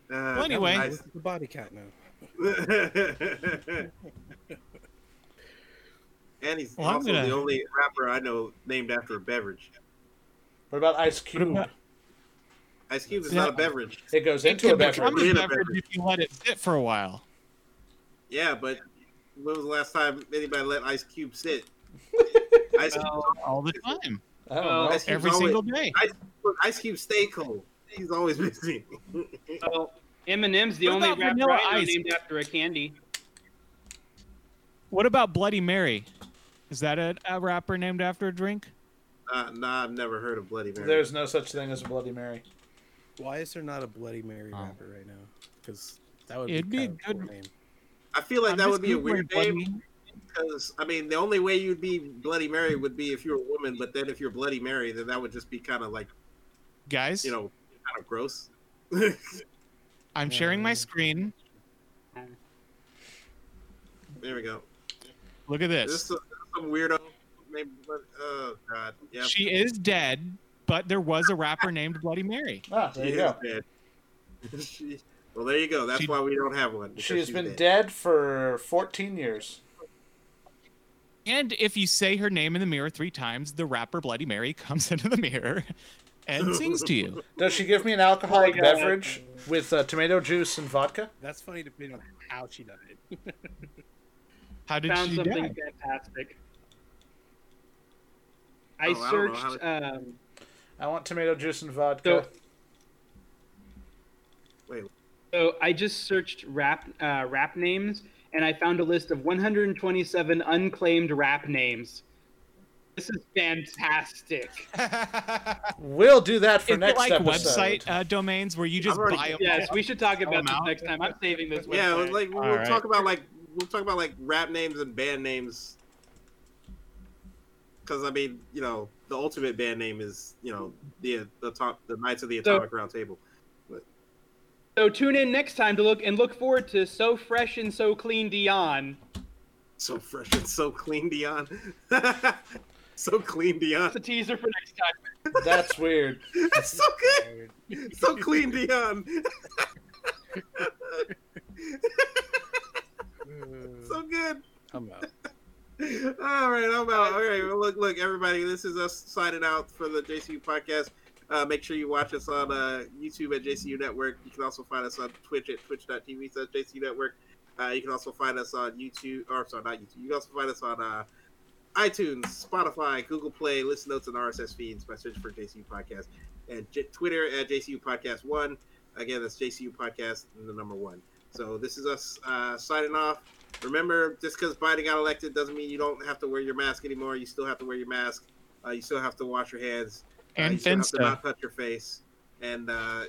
that was anyway. [laughs] nice. What's the body count now? and he's Well, I'm also gonna- the only rapper I know named after a beverage. What about Ice Cube? about- Ice Cube is Yeah. not a beverage. It goes It into a could bedroom. become a In a beverage beverage. if you let it sit for a while. Yeah, but when was the last time anybody let Ice [laughs] Cube sit? Ice Cube, All the time. I don't Well, know. Ice Cube's Every always- single day. Ice Cube stay cold. He's always [laughs] busy. so, Eminem's the What only about rapper Vanilla I know Ice? named after a candy. What about Bloody Mary? Is that a, a rapper named after a drink? Uh, nah, I've never heard of Bloody Mary. There's no such thing as a Bloody Mary. Why is there not a Bloody Mary Oh. rapper right now? Because that would It'd be, be a kind of a good- cool name. I feel like I'm that just would be a Googling weird Bloody- name because I mean the only way you'd be Bloody Mary would be if you're a woman, but then if you're Bloody Mary, then that would just be kind of like Guys, you know kind of gross. I'm sharing my Yeah. screen. There we go. Look at Is this this. some, some weirdo? Maybe, oh God, yeah. She is dead, but there was a rapper named Bloody Mary. Ah, there she you is go. dead. [laughs] she, well, there you go. That's She- why we don't have one. because She has she's been dead for 14 years. And if you say her name in the mirror three times, the rapper Bloody Mary [laughs] comes into the mirror and sings to you. Does she give me an alcoholic Oh my God. beverage with uh, tomato juice and vodka? That's funny depending on how she died. How did Found she something die? fantastic. Oh, I I don't know how searched. um, I want tomato juice and vodka. so, Wait, so I just searched rap uh, rap names, and I found a list of 127 unclaimed rap names. This is fantastic. We'll do that for Is it next like episode. website uh, domains where you just I've already- buy them? Yes, we should talk about them this out. next time. I'm saving this. yeah, website. like we'll All right. talk about like we'll talk about like rap names and band names. Because I mean, you know, the ultimate band name is you know the the top the Knights of the So- Atomic Round Table. So tune in next time to look and look forward to so fresh and so clean Dion. So fresh and so clean, Dion. [laughs] so [laughs] clean, Dion. [laughs] That's a teaser for next time. That's weird. That's so good. So clean, Dion. so good. I'm out. All right, I'm out. All right, well, look, look, everybody. This is us signing out for the JCU podcast. Uh, make sure you watch us on uh, YouTube at JCU Network. You can also find us on Twitch at twitch.tv slash JCU Network. Uh, you can also find us on YouTube, or sorry, not YouTube. You can also find us on uh, iTunes, Spotify, Google Play, Listen Notes, and RSS feeds by search for JCU Podcast. And J- Twitter at JCU Podcast One. Again, that's JCU Podcast, and the number one. So this is us uh, signing off. Remember, just because Biden got elected doesn't mean you don't have to wear your mask anymore. You still have to wear your mask. Uh, you still have to wash your hands. Uh, And you still have to Finsta. not touch your face. And uh,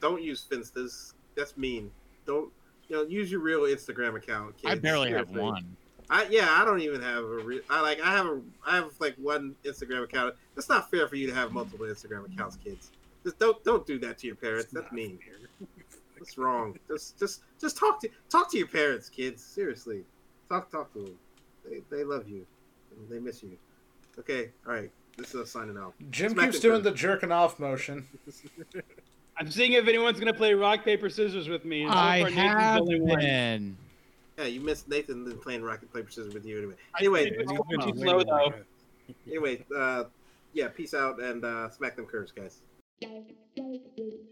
don't use Finstas. That's mean. Don't you know? Use your real Instagram account. Kids. I barely have Seriously. one. I yeah, I don't even have a re- I like I have a I have like one Instagram account. That's not fair for you to have multiple Instagram accounts, kids. Just don't don't do that to your parents. That's mean. That's wrong. Just just just talk to talk to your parents, kids. Seriously, talk talk to them. They they love you. and They miss you. Okay, all right. This is us signing off. Jim Smack keeps it, doing Jim. the jerking off motion. I'm seeing if anyone's gonna play rock paper scissors with me. and so I far, Nathan's the have only one. been. Yeah, you missed Nathan playing rocket paper scissors with you anyway. I Anyway, think it's He's been too too slow, though. late. anyway, uh, yeah. Peace out and uh, smack them curves, guys. Thank you.